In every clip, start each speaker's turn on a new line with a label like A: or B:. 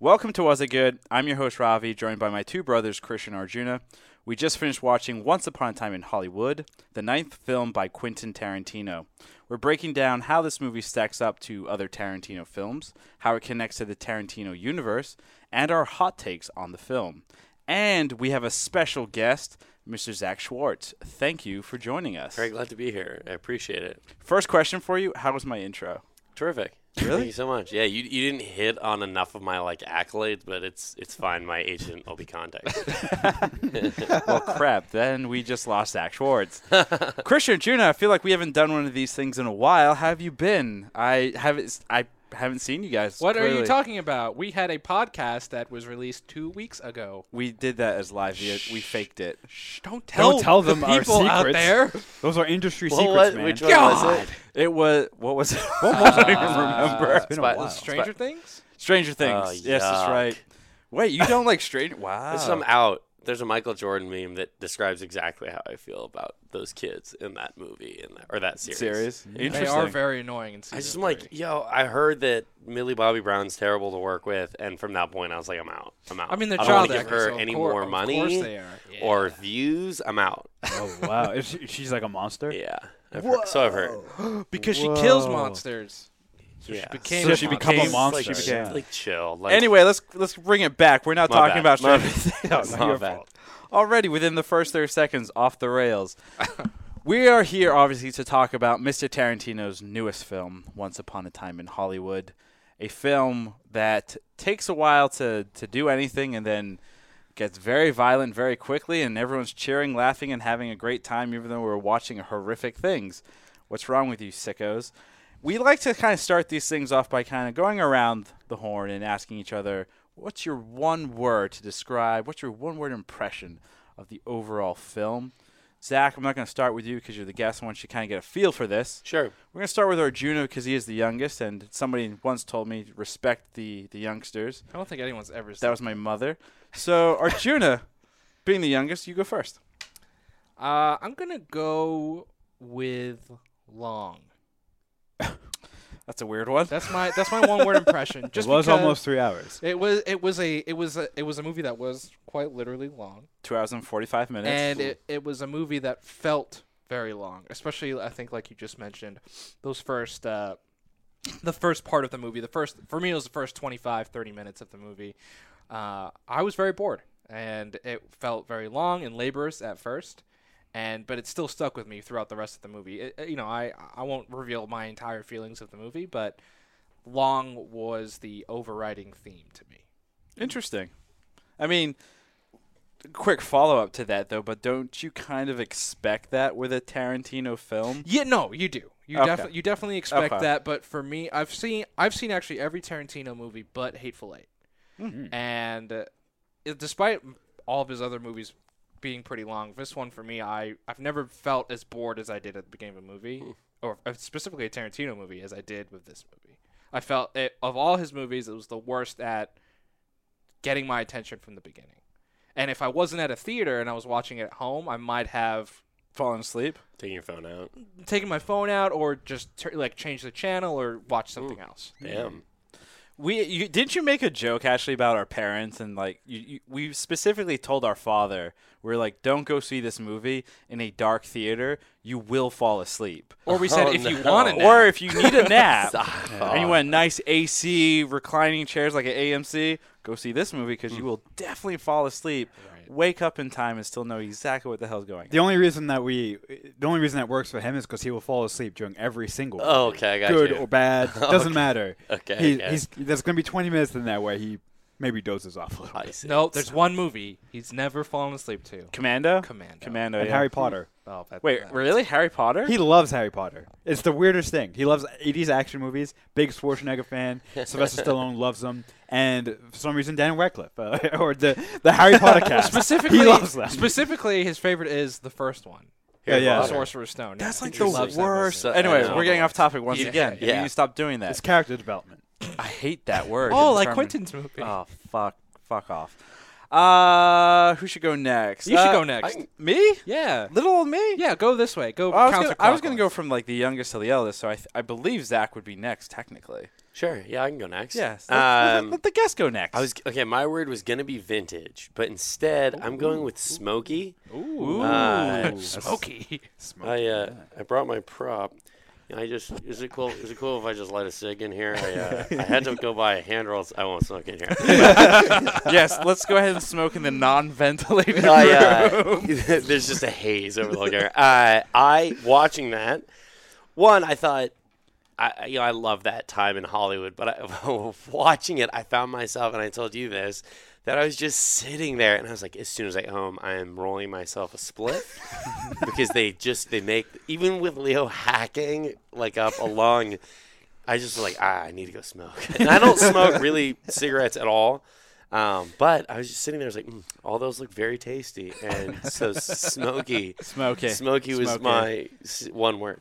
A: Welcome to Was It Good? I'm your host Ravi, joined by my two brothers Christian and Arjuna. We just finished watching Once Upon a Time in Hollywood, the ninth film by Quentin Tarantino. We're breaking down how this movie stacks up to other Tarantino films, how it connects to the Tarantino universe, and our hot takes on the film. And we have a special guest, Mr. Zach Schwartz. Thank you for joining us.
B: Very glad to be here. I appreciate it.
A: First question for you How was my intro?
B: Terrific. Thank you so much. Yeah, you, you didn't hit on enough of my like accolades, but it's it's fine. My agent will be contacted.
A: well, crap. Then we just lost Zach Schwartz. Christian Juna, I feel like we haven't done one of these things in a while. How have you been? I haven't. I haven't seen you guys.
C: What are you
A: clearly.
C: talking about? We had a podcast that was released two weeks ago.
A: We did that as live. We, we faked it.
C: Shh, don't tell,
D: Don't tell them
C: the
D: our
C: people out
D: secrets.
C: there.
D: Those are industry
B: Well,
D: secrets,
B: Oh, what-
D: man.
B: which one was
C: God,
B: it?
A: It was. What was it? I don't even remember.
D: It's been a
B: Spot-
D: while.
C: Stranger Things.
A: Stranger Things.
B: Oh,
A: yes, that's
B: yuck.
A: right. Wait, you don't like Stranger? Wow.
B: There's some
C: Oh.
B: out. There's a Michael Jordan meme that describes exactly how I feel about those kids in that movie in that, or that series.
A: serious.
C: They
A: Interesting.
C: are very annoying. In season
B: I just am
C: three.
B: like, yo, I heard that Millie Bobby Brown's terrible to work with, and from that point, I was like, I'm out. I'm out.
C: I mean, they're
B: I don't wanna
C: child
B: give
C: actors,
B: her
C: so of
B: any
C: cour-
B: more
C: of
B: money
C: course they are.
B: or views. I'm out.
D: Oh wow, Is she- she's like a monster.
B: Yeah. I've heard- so I've heard.
C: because she kills
D: Whoa.
C: monsters.
B: yeah.
C: became
D: So
C: a
D: she
C: monster.
D: become a
B: It's
D: monster.
B: Like,
D: Yeah.
B: like chill. Like,
A: Anyway, let's let's bring it back. We're not
B: My
A: talking
B: bad.
A: about
B: My
A: Stranger Things.
B: bad. My
A: Your
B: bad.
A: fault. Already within the first 30 seconds, off the rails. we are here, obviously, to talk about Mr. Tarantino's newest film, Once Upon a Time in Hollywood, a film that takes a while to, to do anything and then gets very violent very quickly, and everyone's cheering, laughing, and having a great time, even though we're watching horrific things. What's wrong with you, sickos? We like to kind of start these things off by kind of going around the horn and asking each other, what's your one word to describe, what's your one word impression of the overall film? Zach, I'm not going to start with you because you're the guest. I want you to kind of get a feel for this.
B: Sure.
A: We're going to start with Arjuna because he is the youngest, and somebody once told me, respect the, the youngsters.
C: I don't think anyone's ever.
A: That
C: Said.
A: was my mother. So Arjuna, being the youngest, you go first.
C: Uh, I'm gonna go with long.
A: That's a weird one.
C: That's my that's my one word impression. Just
D: it was
C: because
D: almost three hours.
C: It was it was a it was a, it was a movie that was quite literally long.
A: Two hours and forty-five minutes.
C: and it, it was a movie that felt very long especially i think like you just mentioned those first uh, the first part of the movie the first for me it was the first 25 30 minutes of the movie uh, i was very bored and it felt very long and laborious at first and but it still stuck with me throughout the rest of the movie It- it- you know i i won't reveal my entire feelings of the movie but long was the overriding theme to me
A: Interesting. I mean, quick follow-up to that though, but don't you kind of expect that with a Tarantino film?
C: Yeah, no, you do. You
A: Okay.
C: definitely you definitely expect
A: Okay.
C: that, but for me, I've seen I've seen actually every Tarantino movie but Hateful 8
A: Hmm.
C: and uh, it- despite m- all of his other movies being pretty long, this one for me, I I've never felt as bored as I did at the beginning of a movie,
A: Hmm.
C: or uh, specifically a Tarantino movie, as I did with this movie. I felt it, of all his movies, it was the worst at getting my attention from the beginning. And if I wasn't at a theater and I was watching it at home, I might have
A: Falling asleep.
B: Taking your phone out.
C: taking my phone out or just tur like change the channel or watch something else.
B: Damn.
A: We you, didn't you make a joke actually about our parents and like you, you, we specifically told our father we're like don't go see this movie in a dark theater you will fall asleep
C: Or we said
B: Oh,
C: if you
B: no.
C: want to,
A: or if you need a nap
B: Stop.
A: and you want nice AC reclining chairs like an AMC, go see this movie because
C: Hmm.
A: you will definitely fall asleep, wake up in time, and still know exactly what the hell's going. on.
D: The only reason that we, the only reason that works for him is because he will fall asleep during every single. one.
B: Oh, okay, I got
D: Good
B: you.
D: or bad, doesn't matter.
B: Okay,
D: He-
B: okay.
D: he's there's gonna be 20 minutes in that where he maybe dozes off a little.
B: I
D: bit.
B: see.
C: no, there's one movie he's never fallen asleep to.
A: Commando,
C: Commando.
A: Commando,
D: And
A: yeah.
D: Harry Potter.
C: Oh, that,
A: Wait,
C: that-
A: really? Harry Potter?
D: He loves Harry Potter. It's the weirdest thing. He loves 80s action movies. Big Schwarzenegger fan. Sylvester Stallone loves them. And for some reason, Dan Radcliffe uh, or the the Harry Potter cast.
C: specifically,
D: he loves them.
C: specifically his favorite is the first one,
D: yeah,
C: The
D: yeah.
B: Potter.
C: Sorcerer's Stone.
A: That's
C: Yeah,
A: like
C: he
A: the
C: loves that movie.
A: worst.
B: So-
A: Anyway,
B: I know.
A: we're getting off topic once
C: Yeah,
A: again.
B: yeah.
A: You need to stop doing
D: It's
A: that.
D: character development.
A: I hate that word.
C: Oh,
A: It's
C: like
A: from-
C: Quentin's movie.
A: Oh, fuck, fuck off. Uh, who should go next?
C: You should
A: Uh,
C: go next.
B: I-
A: Me?
C: yeah.
A: Little old me?
C: Yeah, go this way. Go
A: I was, gonna, I was gonna
C: counterclockwise.
A: go from like the youngest to the eldest, so I, th- I believe Zach would be next technically.
B: Sure. Yeah, I can go next.
A: Yes. Let, let-
B: Um,
A: let the guest go next.
B: I was okay. My word was gonna be vintage, but instead I'm going with smoky.
A: Ooh.
B: Uh,
C: Smoky.
B: I uh, I brought my prop. And I just is it cool? Is it cool if I just light a cig in here? I, uh, I had to go buy a hand rolls. I won't smoke in here.
A: yes. Let's go ahead and smoke in the non-ventilated
B: I,
A: room.
B: uh, there's just a haze over the whole game. Uh, I watching that one. I thought, I I- you know, I love that time in Hollywood, but I, watching it, I found myself, and I told you this, that I was just sitting there, and I was like, as soon as I get home, I am rolling myself a split because they just they make even with Leo hacking like up along. I just was like ah, I need to go smoke, and I don't smoke really cigarettes at all. Um, but I was just sitting there, I was like, mm, all those look very tasty, and so smoky.
D: Smoky.
B: Smoky was my s- one word.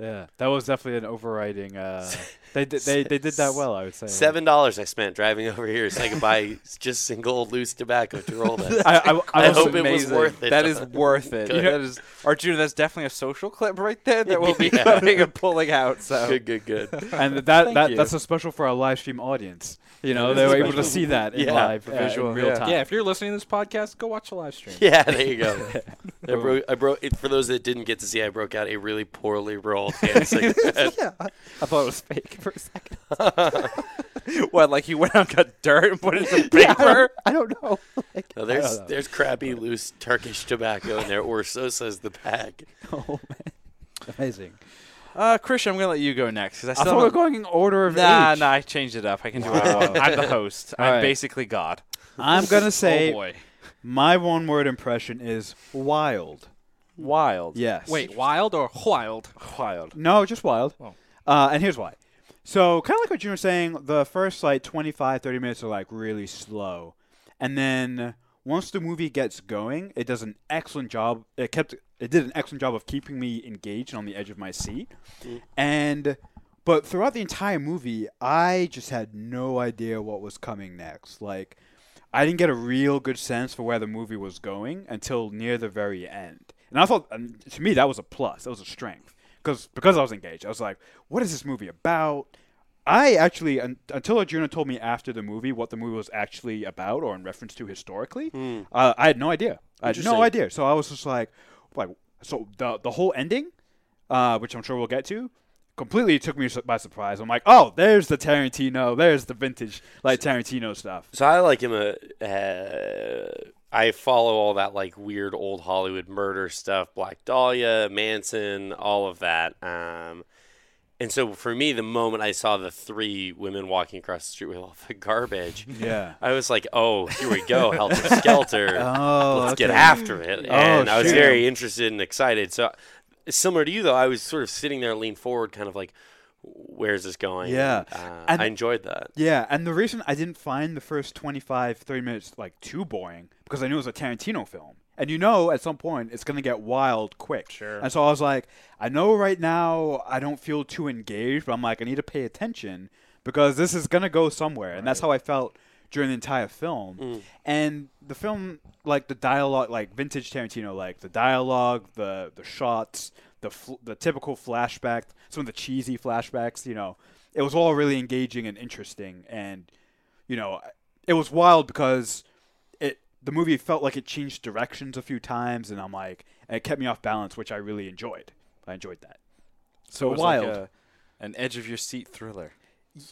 D: Yeah, that was definitely an overriding. Uh, they did they, they did that well, I would say.
B: Seven dollars I spent driving over here so I could buy just single loose tobacco to roll that.
D: I, I, I
B: I
D: was
B: hope it was
A: amazing.
B: worth it.
A: That is worth it.
B: Good.
A: That is Arjuna. That's definitely a social clip right there that we'll be
B: Yeah.
A: cutting and pulling out. So
B: Good, good, good.
D: and that,
A: Thank
D: that
A: you.
D: that's so special for our live stream audience. You know,
A: It
D: they
A: is
D: were able to
A: special.
D: see that in
A: Yeah,
D: live,
A: for
D: uh, in
A: visual,
D: real
A: yeah.
D: time.
C: Yeah, if you're listening to this podcast, go watch the live stream.
B: Yeah, there you go. I broke. I broke. It, for those that didn't get to see, I broke out a really poorly rolled hand cigarette.
D: I thought it was fake for a second.
A: what? Like he went out and got dirt and put it in some paper.
D: I don't know. Like,
B: No,
D: I
B: there's
D: don't know.
B: there's crappy loose Turkish tobacco in there, or so says the pack.
D: Oh, man. Amazing.
A: Uh, Christian, I'm gonna let you go next because I still
D: I thought we
A: don't-
D: were going in order of
A: Nah,
D: age.
A: nah, I changed it up. I can do what
D: Wow.
A: I want. I'm the host.
D: All
A: I'm
D: right.
A: basically God.
D: I'm gonna
C: oh
D: say
C: boy.
D: my one word impression is wild.
A: Wild.
D: Yes.
C: Wait, wild or wild?
A: Wild.
D: No, just wild.
C: Oh.
D: Uh, and here's why. So, kind of like what you were saying, the first like 25, 30 minutes are like really slow. And then once the movie gets going, it does an excellent job. It kept it did an excellent job of keeping me engaged and on the edge of my seat. And but throughout the entire movie, I just had no idea what was coming next. Like I didn't get a real good sense for where the movie was going until near the very end. And I thought, um, to me, that was a plus. That was a strength. Because because I was engaged, I was like, what is this movie about? I actually, un- until Arjuna told me after the movie what the movie was actually about or in reference to historically, uh, I had no idea. I had no
B: Interesting.
D: idea. So I was just like, like so the, the whole ending, uh, which I'm sure we'll get to, completely took me su- by surprise. I'm like, oh, there's the Tarantino. There's the vintage, like Tarantino stuff.
B: So I like him a. Uh, I follow all that like weird old Hollywood murder stuff, Black Dahlia, Manson, all of that. Um, and so for me, the moment I saw the three women walking across the street with all the garbage,
D: Yeah.
B: I was like, "Oh, here we go, helter skelter!
D: Oh,
B: Let's get
D: okay.
B: after it!"
D: Oh,
B: And I was
D: shoot.
B: very interested and excited. So similar to you, though, I was sort of sitting there, leaned forward, kind of like, "Where's this going?"
D: Yeah.
B: And, uh,
D: And-
B: I enjoyed that.
D: Yeah, and the reason I didn't find the first 25, 30 minutes like too boring because I knew it was a Tarantino film. And you know at some point it's going to get wild quick. Sure. And so I was like, I know right now I don't feel too engaged, but I'm like, I need to pay attention because this is going to go somewhere. And that's how I felt during the entire film. And the film, like the dialogue, like vintage Tarantino, like the dialogue, the, the shots, the, fl- the typical flashback, some of the cheesy flashbacks, you know, it was all really engaging and interesting and you know it was wild because it the movie felt like it changed directions a few times and i'm like and it kept me off balance which i really enjoyed i enjoyed that
A: So
D: it was like a-
A: an edge of your seat thriller.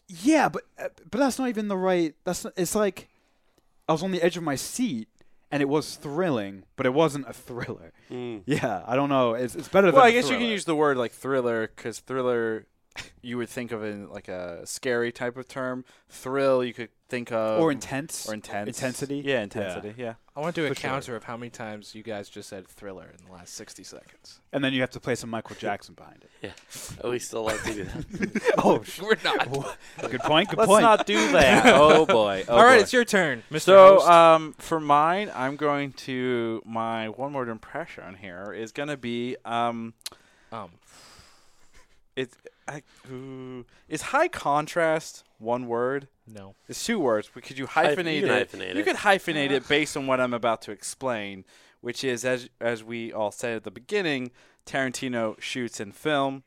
D: yeah but uh, but that's not even the right that's not, it's like i was on the edge of my seat and it was thrilling but it wasn't a thriller
B: Mm.
D: yeah i don't know it's, it's better
A: Well,
D: than
A: I
D: a
A: guess you can
D: thriller.
A: use the word like thriller because thriller, you would think of in like a scary type of term. Thrill, you could think of
D: or intense
A: um, or intense
D: intensity
A: Yeah, intensity. Yeah.
C: I want to do a
D: For sure.
C: counter of how many times you guys just said thriller in the last 60 seconds.
D: and then you have to play some michael jackson behind it
B: Yeah, we still like to do that.
D: oh sh-
C: We're not.
D: good point good
A: Let's
D: point
A: not do that. oh boy.
C: All right, it's your turn, Mr.
A: So
C: Host.
B: uh,
A: um, for mine, I'm going to my one word impression here is gonna be um,
C: um,
A: it's I, ooh, is high contrast one word?
C: No.
A: It's two words. but Could you hyphenate,
B: you can
A: it?
B: hyphenate
A: you
B: it.
A: could hyphenate it based on what I'm about to explain, which is as as we all said at the beginning, Tarantino shoots in film,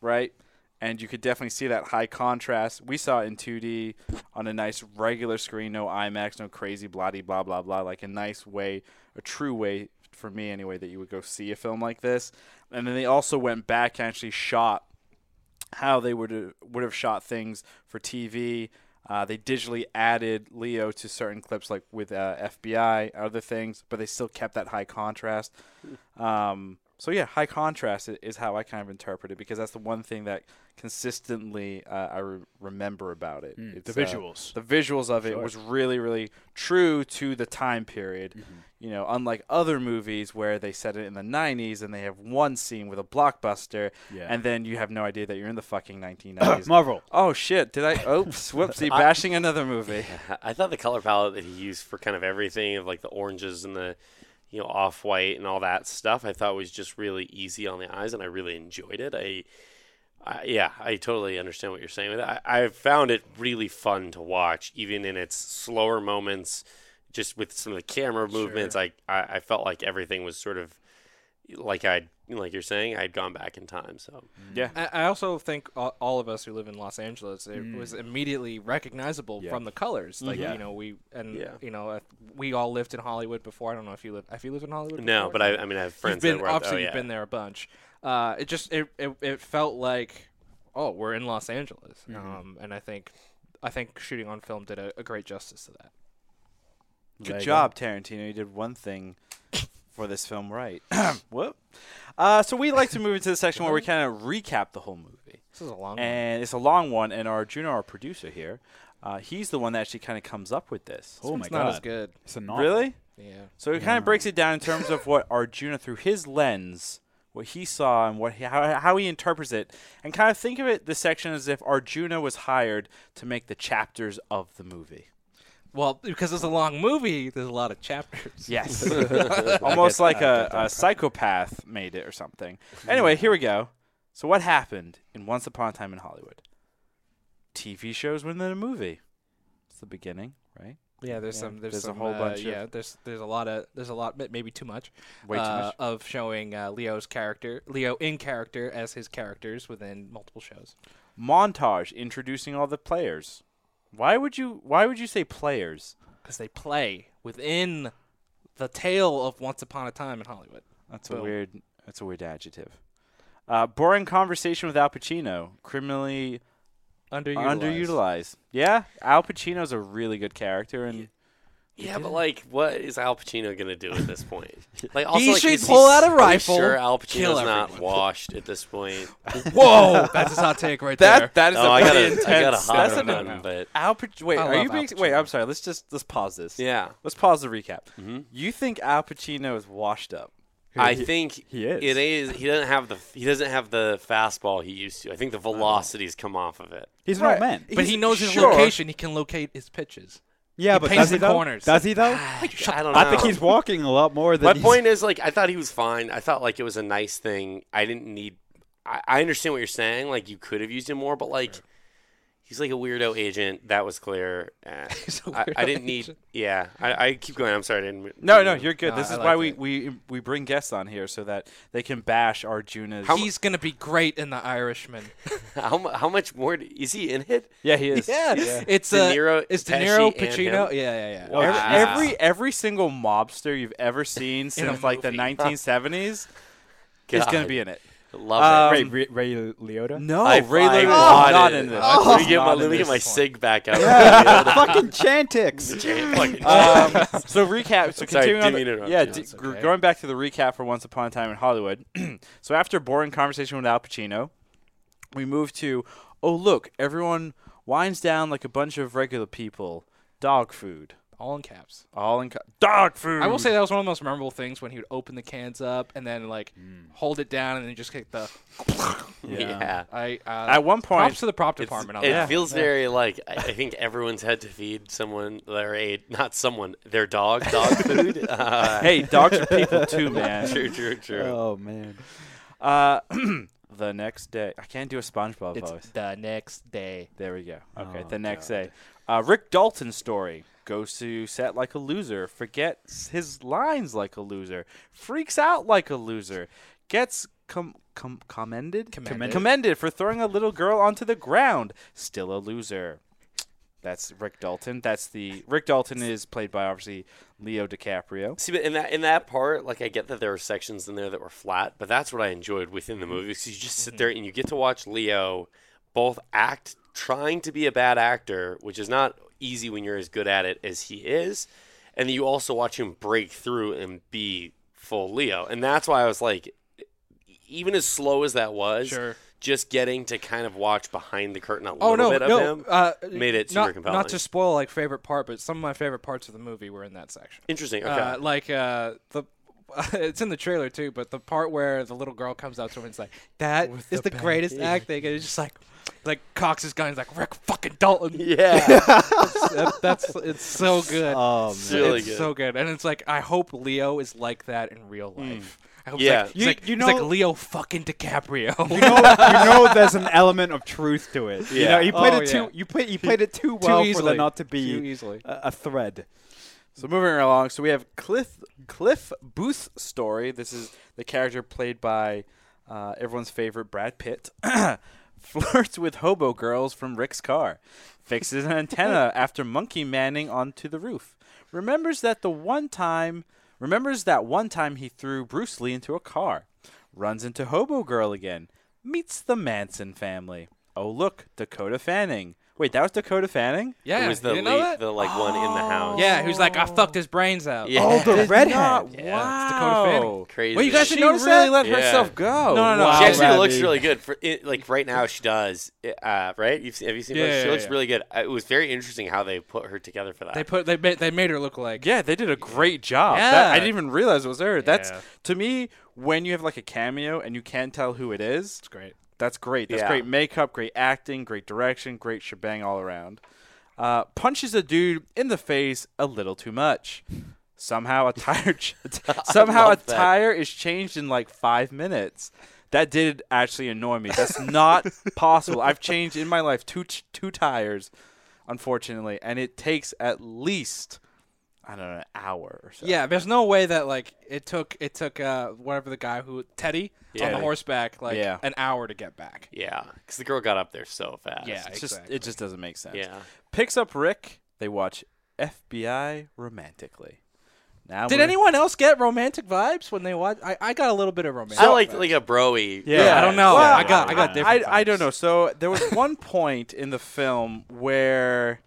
A: right? And you could definitely see that high contrast. We saw it in 2D on a nice regular screen, no IMAX, no crazy bloody blah blah blah, like a nice way, a true way for me anyway that you would go see a film like this. And then they also went back and actually shot how they would would have shot things for TV. Uh, they digitally added Leo to certain clips, like with uh, FBI, other things, but they still kept that high contrast. Um, so yeah, high contrast i- is how I kind of interpret it because that's the one thing that consistently uh, I re- remember about it.
D: Mm,
A: It's,
D: the
A: uh,
D: visuals.
A: the visuals of it
D: Sure.
A: was really, really true to the time period.
D: Mm-hmm.
A: You know, unlike other movies where they set it in the '90s and they have one scene with a blockbuster,
D: Yeah.
A: and then you have no idea that you're in the fucking 1990s.
D: Marvel.
A: Oh shit! Did I? Oops! Whoopsie! Bashing another movie.
B: I thought the color palette that he used for kind of everything of like the oranges and the you know off white and all that stuff I thought was just really easy on the eyes and I really enjoyed it. I, I yeah, I totally understand what you're saying with it. I, I found it really fun to watch even in its slower moments just with some of the camera movements I, I I felt like everything was sort of like I like you're saying I'd gone back in time. So
A: Yeah.
C: I, I also think all, all of us who live in Los Angeles, it
B: Mm.
C: was immediately recognizable
D: Yeah.
C: from the colors. Like
D: Yeah.
C: you know, we and
B: Mm-hmm. Yeah.
C: you know, uh, we all lived in Hollywood before. I don't know if you live. If you lived in Hollywood,
B: no,
C: before?
B: but I, I mean I have friends
C: you've been
B: that were
C: obviously
B: oh,
C: you've
B: yeah.
C: been there a bunch. Uh, it just it, it it felt like oh we're in Los Angeles,
B: Mm-hmm.
C: um, and I think I think shooting on film did a, a great justice to that.
A: Good
D: you go.
A: job, Tarantino. You did one thing for this film right. Whoop. Uh, so we like to move into the section where we kind of recap the whole movie,
C: This is a long one.
A: and it's a long one. And our Juno, our producer here, uh, he's the one that actually kind of comes up with this.
D: Oh my
C: It's not
D: god.
C: as good.
D: It's a
A: Really?
C: Yeah.
A: So it kind of breaks it down in terms of what Arjuna, through his lens, what he saw and what he, how, how he interprets it, and kind of think of it this section as if Arjuna was hired to make the chapters of the movie.
C: Well, because it's a long movie, there's a lot of chapters.
A: Yes, almost like a, a psychopath made it or something. Anyway, here we go. So what happened in Once Upon a Time in Hollywood? TV shows within a movie. It's the beginning, right?
C: Yeah, there's
A: Yeah,
C: some. There's,
A: there's a
C: some,
A: whole
C: uh,
A: bunch of-
C: Yeah, there's there's a lot of there's a lot ma- maybe too much.
A: Way too
C: uh,
A: much.
C: of showing uh, Leo's character, Leo in character as his characters within multiple shows.
A: Montage introducing all the players. Why would you? Why would you say players?
C: because they play within the tale of Once Upon a Time in Hollywood.
A: That's a
C: Boom.
A: weird. That's a weird adjective. Uh, boring conversation with Al Pacino, criminally
C: Underutilized.
A: underutilized. Yeah, Al Pacino's a really good character, and
B: Yeah, but like, what is Al Pacino gonna do at this point? Like, also,
C: He
B: like,
C: should
B: is
C: pull out a
B: are we
C: rifle,
B: Sure, Al
C: kill
B: Pacino's not
C: everyone.
B: washed at this point.
C: Whoa, that's his hot take right there.
A: that
B: No, I got
A: pretty
B: a, I got a hot
A: That's
B: one,
A: an-
B: but
A: Al Pac- Wait,
C: I
A: are you
C: love Al
A: being? Wait,
C: Pacino.
A: I'm sorry. Let's just let's pause this.
B: yeah,
A: Let's pause the recap. You think Al Pacino is washed up?
B: I think
D: he is.
B: It is. He doesn't have the. He doesn't have the fastball he used to. I think the velocity's come off of it.
D: He's
A: Right.
D: an old man.
C: but he
A: he's-
C: knows his
A: sure.
C: location. He can locate his pitches.
D: Yeah,
C: He
D: but
C: paints
D: does
C: the
D: he though?
C: corners.
D: Does he though?
B: I don't know.
D: I think he's walking a lot more than.
B: My
D: he's-
B: point is, like, I thought he was fine. I thought like it was a nice thing. I didn't need. I, I understand what you're saying. Like, you could have used him more, but like, he's like a weirdo agent. That was clear. Eh. I,
C: a
B: I
C: weirdo
B: didn't need.
C: agent.
B: Yeah, I, I keep going. I'm sorry. I didn't.
A: No, no, you're good.
C: No,
A: this
C: I
A: is
C: like
A: why we,
C: it.
A: we we bring guests on here so that they can bash Arjuna's.
C: He's gonna be great in The Irishman.
B: How, mu- how much more do- is he in it?
A: yeah, he is.
C: it's
B: De
C: uh,
B: Niro,
C: it's De
B: Pesci,
C: Niro,
B: and
C: Pacino. Yeah,
B: him.
C: yeah, yeah.
B: Wow.
A: Every,
B: Ah.
A: every every single mobster you've ever seen
C: In a
A: since like the
C: movie.
A: 1970s is gonna
B: God.
A: be in it.
B: Love
A: Um,
B: it.
D: Ray, Ray, Ray Liotta.
A: No,
B: I-
A: Ray
B: I
A: Liotta's
B: bought
A: not
B: it.
A: in this.
B: I- let me get my,
C: Not in
B: Oh. let me get
C: this
B: my
C: one.
B: sig back out.
D: fucking Chantix.
B: Fucking-
A: Um, so recap. So
B: Sorry,
A: continuing on.
B: didn't mean to
A: The,
B: interrupt
A: yeah,
B: you.
A: d-
C: That's
A: gr-
C: okay.
A: going back to the recap for Once Upon a Time in Hollywood. so after a boring conversation with Al Pacino, we move to oh look, everyone winds down like a bunch of regular people. Dog food,
C: All in caps.
A: all in co- dog food.
C: I will say that was one of the most memorable things when he would open the cans up and then like
B: Hmm.
C: hold it down and then just kick the.
B: yeah.
C: I uh,
A: At one point,
C: props to the prop
B: It's-
C: department. on
B: it
C: that.
B: feels very like I I think everyone's had to feed someone their aid, not someone their dog dog food. Uh,
A: hey, dogs are people too, man.
B: true, true, true.
D: Oh man.
A: Uh, the next day. I can't do a SpongeBob
C: It's
A: voice.
C: the next day.
A: There we go. Okay,
D: Oh,
A: the next day. Uh, Rick Dalton's story goes to set like a loser, forgets his lines like a loser, freaks out like a loser, gets com- com- commended?
C: Commended.
A: commended for throwing a little girl onto the ground, still a loser. That's Rick Dalton. That's the Rick Dalton is played by obviously Leo DiCaprio.
B: See, but in that in that part, like I get that there are sections in there that were flat, but that's what I enjoyed within the movie because you just
C: Mm-hmm.
B: sit there and you get to watch Leo both act trying to be a bad actor, which is not easy when you're as good at it as he is, and you also watch him break through and be full Leo, and that's why I was like, e, even as slow as that was,
C: Sure.
B: just getting to kind of watch behind the curtain a little
C: Oh no,
B: bit of
C: no.
B: him
C: Uh,
B: made it
C: not,
B: super compelling.
C: Not to spoil like favorite part, but some of my favorite parts of the movie were in that section.
B: Interesting. Okay.
C: Uh, like uh, the. It's in the trailer too, but the part where the little girl comes out to him and is like, "That is the, greatest acting," and it's just like, like cocks his gun, he's like, "Rick fucking Dalton."
B: yeah.
C: that, that's it's so good.
D: Oh,
B: It's
D: man.
B: really
C: it's
B: good.
C: so good, and it's like I hope Leo is like that in real life. I hope
B: Yeah.
C: it's like,
D: You-
C: it's like,
D: you
C: it's like
D: know-
C: Leo fucking DiCaprio.
D: You know, you know, there's an element of truth to it. You know,
B: Yeah.
D: you played
C: Oh,
D: it too.
C: yeah.
D: You played. You played it too e-
C: Too
D: well for
C: easily.
D: there not to
C: Too
D: be
C: easily.
D: a, a thread.
A: So moving right along, so we have Cliff Cliff Booth's story. This is the character played by uh, everyone's favorite Brad Pitt. Flirts with hobo girls from Rick's car. Fixes an antenna after monkey manning onto the roof. Remembers that the one time remembers that one time he threw Bruce Lee into a car. Runs into hobo girl again. Meets the Manson family. Oh look, Dakota Fanning. Wait, that was Dakota Fanning?
C: yeah,
B: it was the
C: you didn't know Oh,
B: late-
C: that?
B: the like one in the house.
C: Yeah, who's like, I fucked his brains out.
B: Yeah.
D: Oh, the
A: Did
D: redhead.
A: not-
B: Yeah,
C: it's Dakota Fanning.
A: Wow.
B: Crazy.
A: Well, you guys
C: She
A: should notice
C: really
A: that?
C: let
B: Yeah. herself
A: go.
C: No, no, no.
B: She
C: Wow,
B: actually looks
D: Ravi.
B: really good for it, like right now. She does, uh, right? You've seen, have you seen? her?
C: Yeah,
B: she
C: yeah,
B: looks
C: yeah.
B: really good. Uh, It was very interesting how they put her together for that.
C: They put they made, they made her look like
A: yeah, they did a great job. That- I
C: Yeah.
A: didn't even realize it was her. That's
C: Yeah.
A: to me when you have like a cameo and you can't tell who it is.
C: it's great.
A: That's great. That's
B: Yeah.
A: great makeup, great acting, great direction, great shebang all around. Uh, punches a dude in the face a little too much. Somehow a tire ch- somehow a
B: love that.
A: tire is changed in like five minutes. That did actually annoy me. That's not possible. I've changed in my life two ch- two tires, unfortunately, and it takes at least I don't know an hour or so.
C: Yeah, there's no way that like it took it took uh whatever the guy who Teddy on
B: Yeah.
C: the horseback like
A: Yeah.
C: an hour to get back.
B: yeah, because the girl got up there so fast.
C: Yeah.
A: it's just
C: exactly.
A: it just doesn't make sense.
B: yeah.
A: picks up Rick. They watch FBI romantically. Now
C: Did
A: we're-
C: anyone else get romantic vibes when they watched? I, I got a little bit of romantic.
B: I like
C: vibes.
B: like a broy.
D: Yeah,
C: I don't know.
A: Well,
C: I got I got different.
A: I, I don't
C: vibes.
A: know. So there was one point in the film where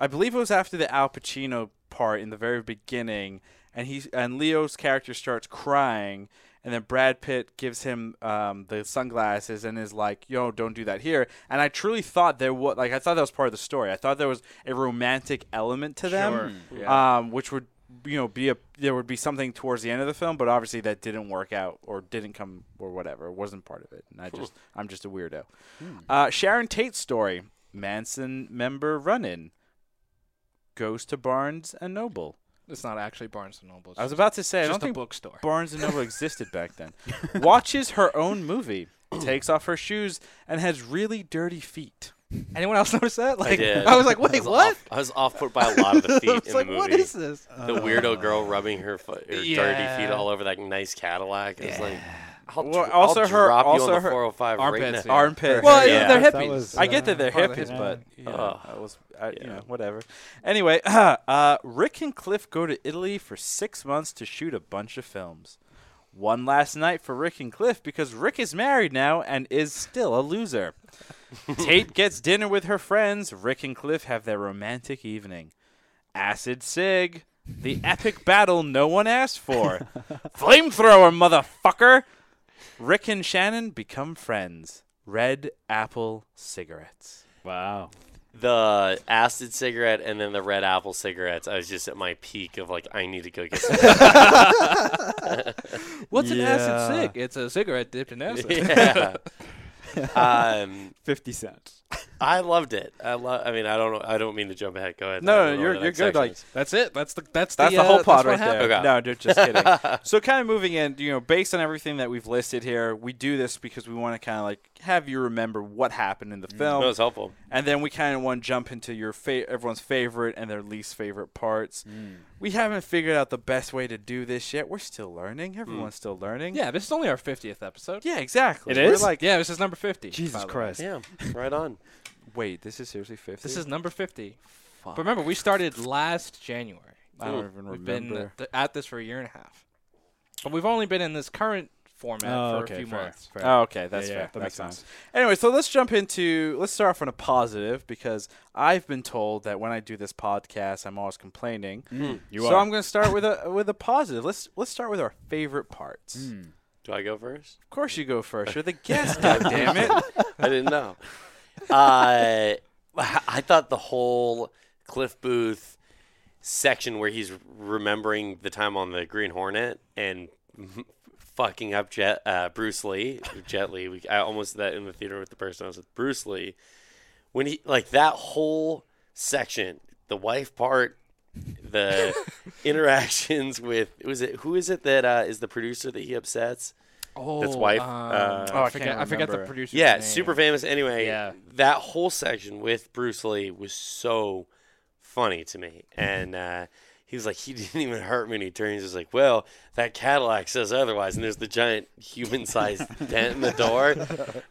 A: I believe it was after the Al Pacino part in the very beginning, and he and Leo's character starts crying, and then Brad Pitt gives him um, the sunglasses and is like, "Yo, don't do that here." And I truly thought there was like I thought that was part of the story. I thought there was a romantic element to them,
C: Sure.
A: um, which would you know be a there would be something towards the end of the film, but obviously that didn't work out or didn't come or whatever. It wasn't part of it, and I just I'm just a weirdo.
D: Hmm.
A: Uh, Sharon Tate's story: Manson member run-in goes to Barnes and Noble.
C: It's not actually Barnes and Noble. It's
A: I was about to say I
C: just
A: don't
C: a
A: think
C: bookstore.
A: Barnes and Noble existed back then. Watches her own movie, takes off her shoes, and has really dirty feet.
C: Anyone else notice that? Like
B: did.
C: was like, wait,
B: I was
C: what?
B: Off, I was off put by a lot of the feet
C: I was
B: in
C: like,
B: the movie.
C: what is this?
B: the
D: Uh,
B: weirdo girl rubbing her, fo- her dirty feet
C: Yeah.
B: all over that nice Cadillac? It's like I'll,
A: Well,
B: dr-
A: also
B: I'll
A: her-
B: drop you
A: also
B: on the
A: her-
B: 405 right
C: armpits,
B: now.
C: yeah.
A: Armpit.
C: Well,
B: Yeah.
C: they're
D: That
C: hippies.
D: was, uh,
A: I get that they're
C: Part of the
A: hippies,
C: hip-
A: but you know,
B: Ugh.
A: I was, I, you
B: Yeah.
A: know, whatever. Anyway, uh, Rick and Cliff go to Italy for six months to shoot a bunch of films. One last night for Rick and Cliff because Rick is married now and is still a loser. Tate gets dinner with her friends. Rick and Cliff have their romantic evening. Acid Sig, the epic battle no one asked for. Flamethrower, motherfucker! Rick and Shannon become friends. Red Apple cigarettes.
D: wow.
B: the acid cigarette and then the red apple cigarettes. I was just at my peak of like, I need to go get some.
C: What's an acid
D: Yeah.
C: cig? It's a cigarette dipped in acid.
B: yeah. um,
D: Fifty cents.
B: I loved it. I love. I mean, I don't. know- I don't mean to jump ahead. Go ahead.
A: No,
B: I
A: no,
B: don't know
A: you're-
B: what the
A: you're
B: next
A: good,
B: section
A: like,
B: is.
C: That's it. That's the that's
A: That's
C: the,
A: the,
C: uh,
A: whole
C: that's
A: pod
C: what
A: right there.
C: happened.
B: Okay.
A: No, dude, just kidding. so, kind of moving in, you know, based on everything that we've listed here, we do this because we want to kind of like have you remember what happened in the film,
B: that was helpful.
A: and then we kind of want to jump into your fa- everyone's favorite and their least favorite parts. We haven't figured out the best way to do this yet. We're still learning. Everyone's still learning.
C: Yeah, this is only our fiftieth episode.
A: yeah, exactly.
D: It
A: We're
D: is?
A: like,
C: Yeah, this is number fifty. by
D: Jesus
C: the way.
D: Christ.
B: Yeah, right on.
A: wait, this is seriously 50?
C: This is number fifty. But remember, we started last January.
A: I don't
B: Ooh,
A: even
C: We've
A: remember.
C: been th- at this for a year and a half, but we've only been in this current format
D: Oh,
C: for
D: okay,
C: a few
D: fair,
C: months.
D: fair.
A: Oh, okay, that's
D: Yeah, yeah,
A: fair.
D: that makes sense.
A: Anyway, so let's jump into let's start off on a positive because I've been told that when I do this podcast, I'm always complaining.
D: Mm, You
A: so
D: are.
A: I'm going to start with a with a positive. Let's let's start with our favorite parts.
D: Mm.
B: Do I go first?
A: Of course, you go first. You're the guest. God damn it!
B: I didn't know. Uh, I thought the whole Cliff Booth section where he's remembering the time on the Green Hornet and fucking up Jet uh, Bruce Lee, Jet Lee. We, I almost did that in the theater with the person I was with, Bruce Lee. When he like that whole section, the wife part, the interactions with was it who is it that uh, is the producer that he upsets?
C: Oh,
B: That's wife,
C: um,
B: uh,
A: Oh, I
C: I forget.
A: can't
C: I forget the
A: remember.
C: producer.
B: Yeah, super famous. Anyway,
C: Yeah.
B: that whole section with Bruce Lee was so funny to me. And uh, he was like, he didn't even hurt me. And he turns, he's like, well, that Cadillac says otherwise. And there's the giant human-sized dent in the door.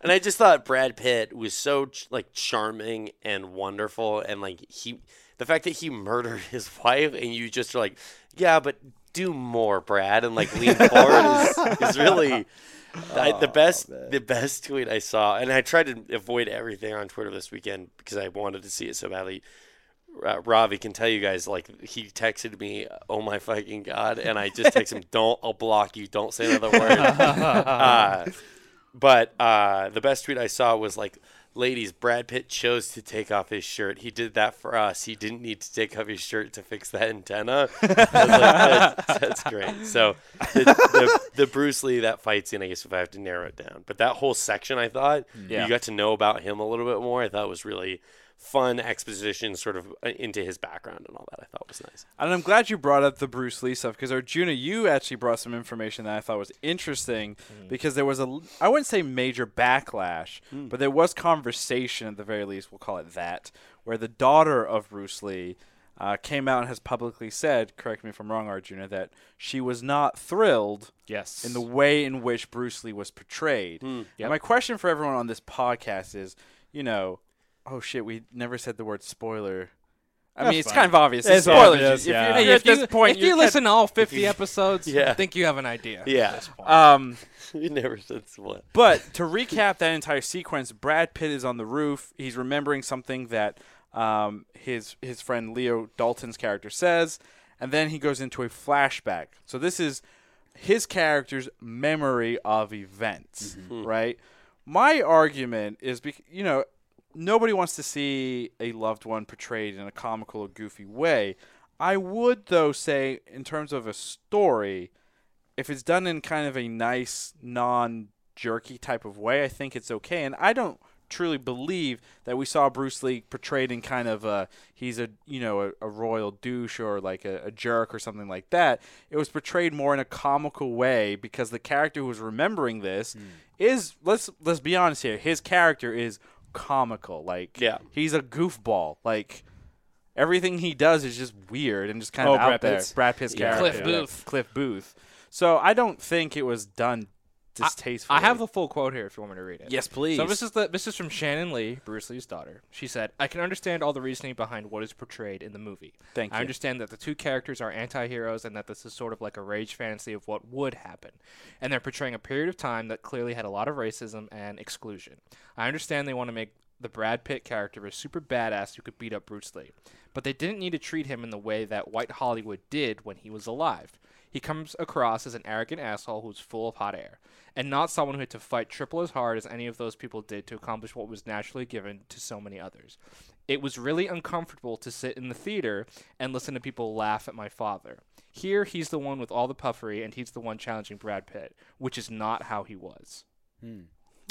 B: And I just thought Brad Pitt was so ch- like charming and wonderful, and like he, the fact that he murdered his wife, and you just are like, yeah, but. Do more, Brad, and like lean forward is, is really I, the best the best tweet I saw, and I tried to avoid everything on Twitter this weekend because I wanted to see it so badly. Ra- Ravi can tell you guys like he texted me, "Oh my fucking god!" and I just text him, "Don't, I'll block you. Don't say another word." uh, but uh, the best tweet I saw was like, "Ladies, Brad Pitt chose to take off his shirt. He did that for us. He didn't need to take off his shirt to fix that antenna." I was like, that's, that's great. So the, the, the Bruce Lee that fight scene, I guess if I have to narrow it down, but that whole section, I thought
A: Yeah.
B: you got to know about him a little bit more. I thought was really fun exposition, sort of uh, into his background and all that. I thought was nice.
A: And I'm glad you brought up the Bruce Lee stuff because Arjuna, you actually brought some information that I thought was interesting because there was a, I wouldn't say major backlash, but there was conversation at the very least, we'll call it that, where the daughter of Bruce Lee uh, came out and has publicly said, correct me if I'm wrong, Arjuna, that she was not thrilled
C: Yes.
A: in the way in which Bruce Lee was portrayed.
D: Hmm,
A: And
C: Yep.
A: my question for everyone on this podcast is, you know, oh shit, we never said the word spoiler. I mean, it's
D: fine.
A: kind of obvious. It's
D: It's
A: spoilers.
D: obvious,
A: If you-
D: yeah.
A: if
C: Hey,
A: you're
C: if
A: at this
C: you,
A: point,
C: if you
A: you're-
C: listen to all 50 episodes,
B: Yeah.
C: I think you have an idea.
B: Yeah.
A: Um,
B: we never said split.
A: but to recap that entire sequence, Brad Pitt is on the roof. He's remembering something that um, his his friend Leo Dalton's character says, and then he goes into a flashback. So this is his character's memory of events, right? My argument is, bec- you know, nobody wants to see a loved one portrayed in a comical or goofy way. I would, though, say in terms of a story, if it's done in kind of a nice, non jerky type of way, I think it's okay. And I don't truly believe that we saw Bruce Lee portrayed in kind of a he's a you know a, a royal douche or like a, a jerk or something like that. It was portrayed more in a comical way because the character who was remembering this
D: Hmm.
A: is let's let's be honest here. His character is comical. Like
B: Yeah.
A: he's a goofball. Like everything he does is just weird and just kind
D: Oh,
A: of out
D: Brad
A: there.
D: Pitt's-
A: Brad Pitt's
D: Yeah.
A: character,
C: Cliff Booth.
A: Cliff Booth. So I don't think it was done distastefully.
C: I have the full quote here if you want me to read it.
A: yes, please.
C: So this is the this is from Shannon Lee, Bruce Lee's daughter. She said, "I can understand all the reasoning behind what is portrayed in the movie.
A: Thank
C: I
A: you.
C: understand that the two characters are anti-heroes and that this is sort of like a rage fantasy of what would happen. And they're portraying a period of time that clearly had a lot of racism and exclusion. I understand they want to make the Brad Pitt character a super badass who could beat up Bruce Lee, but they didn't need to treat him in the way that white Hollywood did when he was alive." He comes across as an arrogant asshole who's full of hot air, and not someone who had to fight triple as hard as any of those people did to accomplish what was naturally given to so many others. It was really uncomfortable to sit in the theater and listen to people laugh at my father. Here, he's the one with all the puffery, and he's the one challenging Brad Pitt, which is not how he was.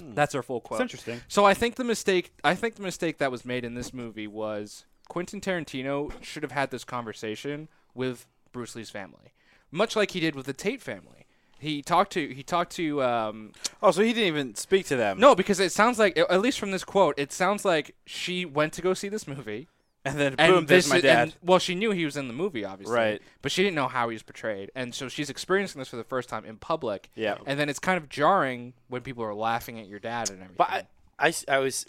C: That's her full quote.
D: It's interesting.
C: So I think the mistake I think the mistake that was made in this movie was Quentin Tarantino should have had this conversation with Bruce Lee's family, much like he did with the Tate family. He talked to he talked to um,
A: Oh, so he didn't even speak to them.
C: no because it sounds like at least from this quote it sounds like she went to go see this movie
A: And then
C: and
A: boom, there's
C: this
A: my
C: is-
A: dad.
C: and- well, she knew he was in the movie, obviously,
A: Right.
C: But she didn't know how he was portrayed, and so she's experiencing this for the first time in public.
A: Yeah.
C: And then it's kind of jarring when people are laughing at your dad and everything.
B: But I, I s- I was,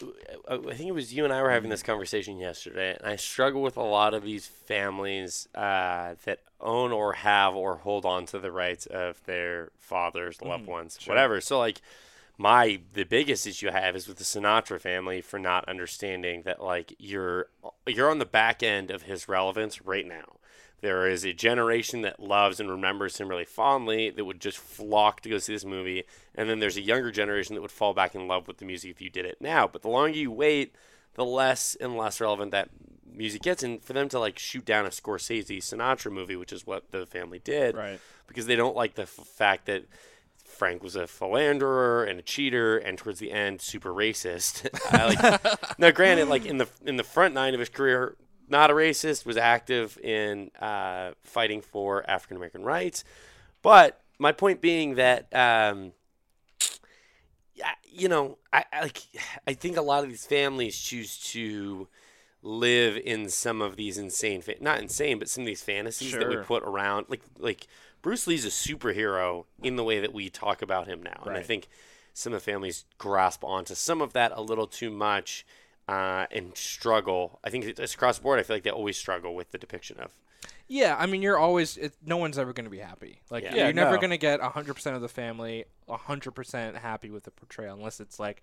B: I I think it was you and I were having this conversation yesterday, and I struggle with a lot of these families uh, that own or have or hold on to the rights of their fathers, loved ones, whatever. So like, my the biggest issue I have is with the Sinatra family for not understanding that like you're you're on the back end of his relevance right now. There is a generation that loves and remembers him really fondly that would just flock to go see this movie, and then there's a younger generation that would fall back in love with the music if you did it now. But the longer you wait, the less and less relevant that music gets, and for them to like shoot down a Scorsese Sinatra movie, which is what the family did,
A: Right.
B: Because they don't like the f- fact that Frank was a philanderer and a cheater, and towards the end, super racist. I, like, now, granted, like in the in the front nine of his career, not a racist, was active in uh, fighting for African American rights. But my point being that, um, yeah, you know, I, I like I think a lot of these families choose to live in some of these insane, fa- not insane, but some of these fantasies that we
A: Sure.
B: put around. Like like Bruce Lee's a superhero in the way that we talk about him now, and I
A: Right.
B: think some of the families grasp onto some of that a little too much. Uh, and struggle. I think it's across the board. I feel like they always struggle with the depiction of
C: yeah, I mean, you're always it, no one's ever going to be happy. Like
B: Yeah.
C: you're
A: Yeah,
C: never
A: no.
C: going to get 100% of the family 100% happy with the portrayal unless it's like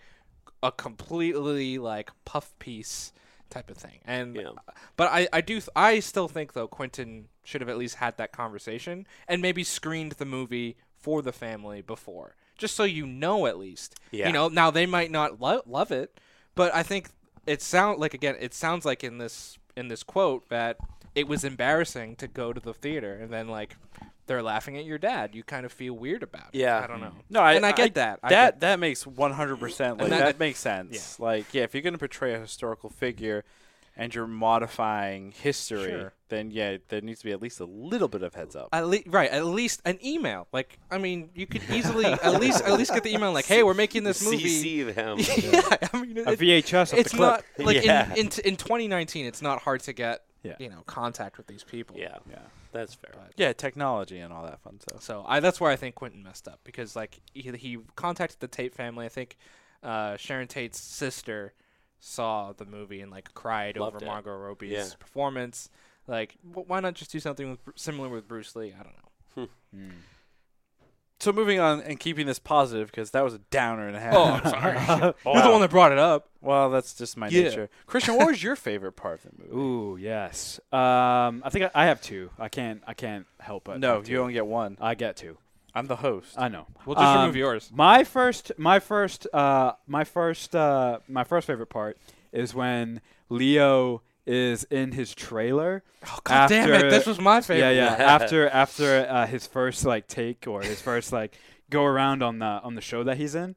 C: a completely like puff piece type of thing. And
B: Yeah.
C: but I I do th- I still think though Quentin should have at least had that conversation and maybe screened the movie for the family before. Just so you know at least.
B: Yeah.
C: You know, Oh, now they might not lo- love it, but I think it sound like again it sounds like in this in this quote that it was embarrassing to go to the theater and then like they're laughing at your dad. You kind of feel weird about it.
B: Yeah.
C: I
D: Hmm.
C: don't know.
A: No, I,
C: and I get that. I
A: that
C: get-
A: that makes one hundred percent like
C: that-
A: that, makes sense. Like, yeah, if you're gonna portray a historical figure and you're modifying history,
C: Sure.
A: then yeah, there needs to be at least a little bit of heads up.
C: At le- right, at least an email. Like, I mean, you could easily at least at least get the email like, "Hey, we're making this movie."
B: CC them.
C: yeah, I mean,
D: A
C: it-
D: VHS of
C: it's
D: the clip.
C: not like
B: Yeah.
C: in, in in 2019. It's not hard to get
D: Yeah.
C: you know contact with these people.
B: yeah,
D: yeah.
B: that's fair.
A: yeah, technology and all that fun stuff.
C: So I that's where I think Quentin messed up because like he, he contacted the Tate family. I think uh, Sharon Tate's sister saw the movie and like cried
B: Loved
C: over
B: it.
C: Margot Robbie's
B: Yeah.
C: performance. Like, wh- why not just do something with, Bru- similar with Bruce Lee? I don't know.
A: So moving on and keeping this positive because that was a downer and a half.
C: Oh, sorry. You're the one that brought it up.
A: well, that's just my
C: Yeah.
A: nature. Christian, what was your favorite part of the movie?
D: Ooh, yes. Um, I think I, I have two. I can't. I can't help but.
A: no,
D: have two.
A: you only get one.
D: I get two.
A: I'm the host.
D: I know.
C: We'll just
D: Um,
C: remove yours.
D: My first, my first, uh, my first, uh, my first favorite part is when Leo is in his trailer. Oh
C: God damn it! This was my favorite.
D: Yeah,
B: one.
D: yeah. after after uh, his first like take or his first like go around on the on the show that he's in,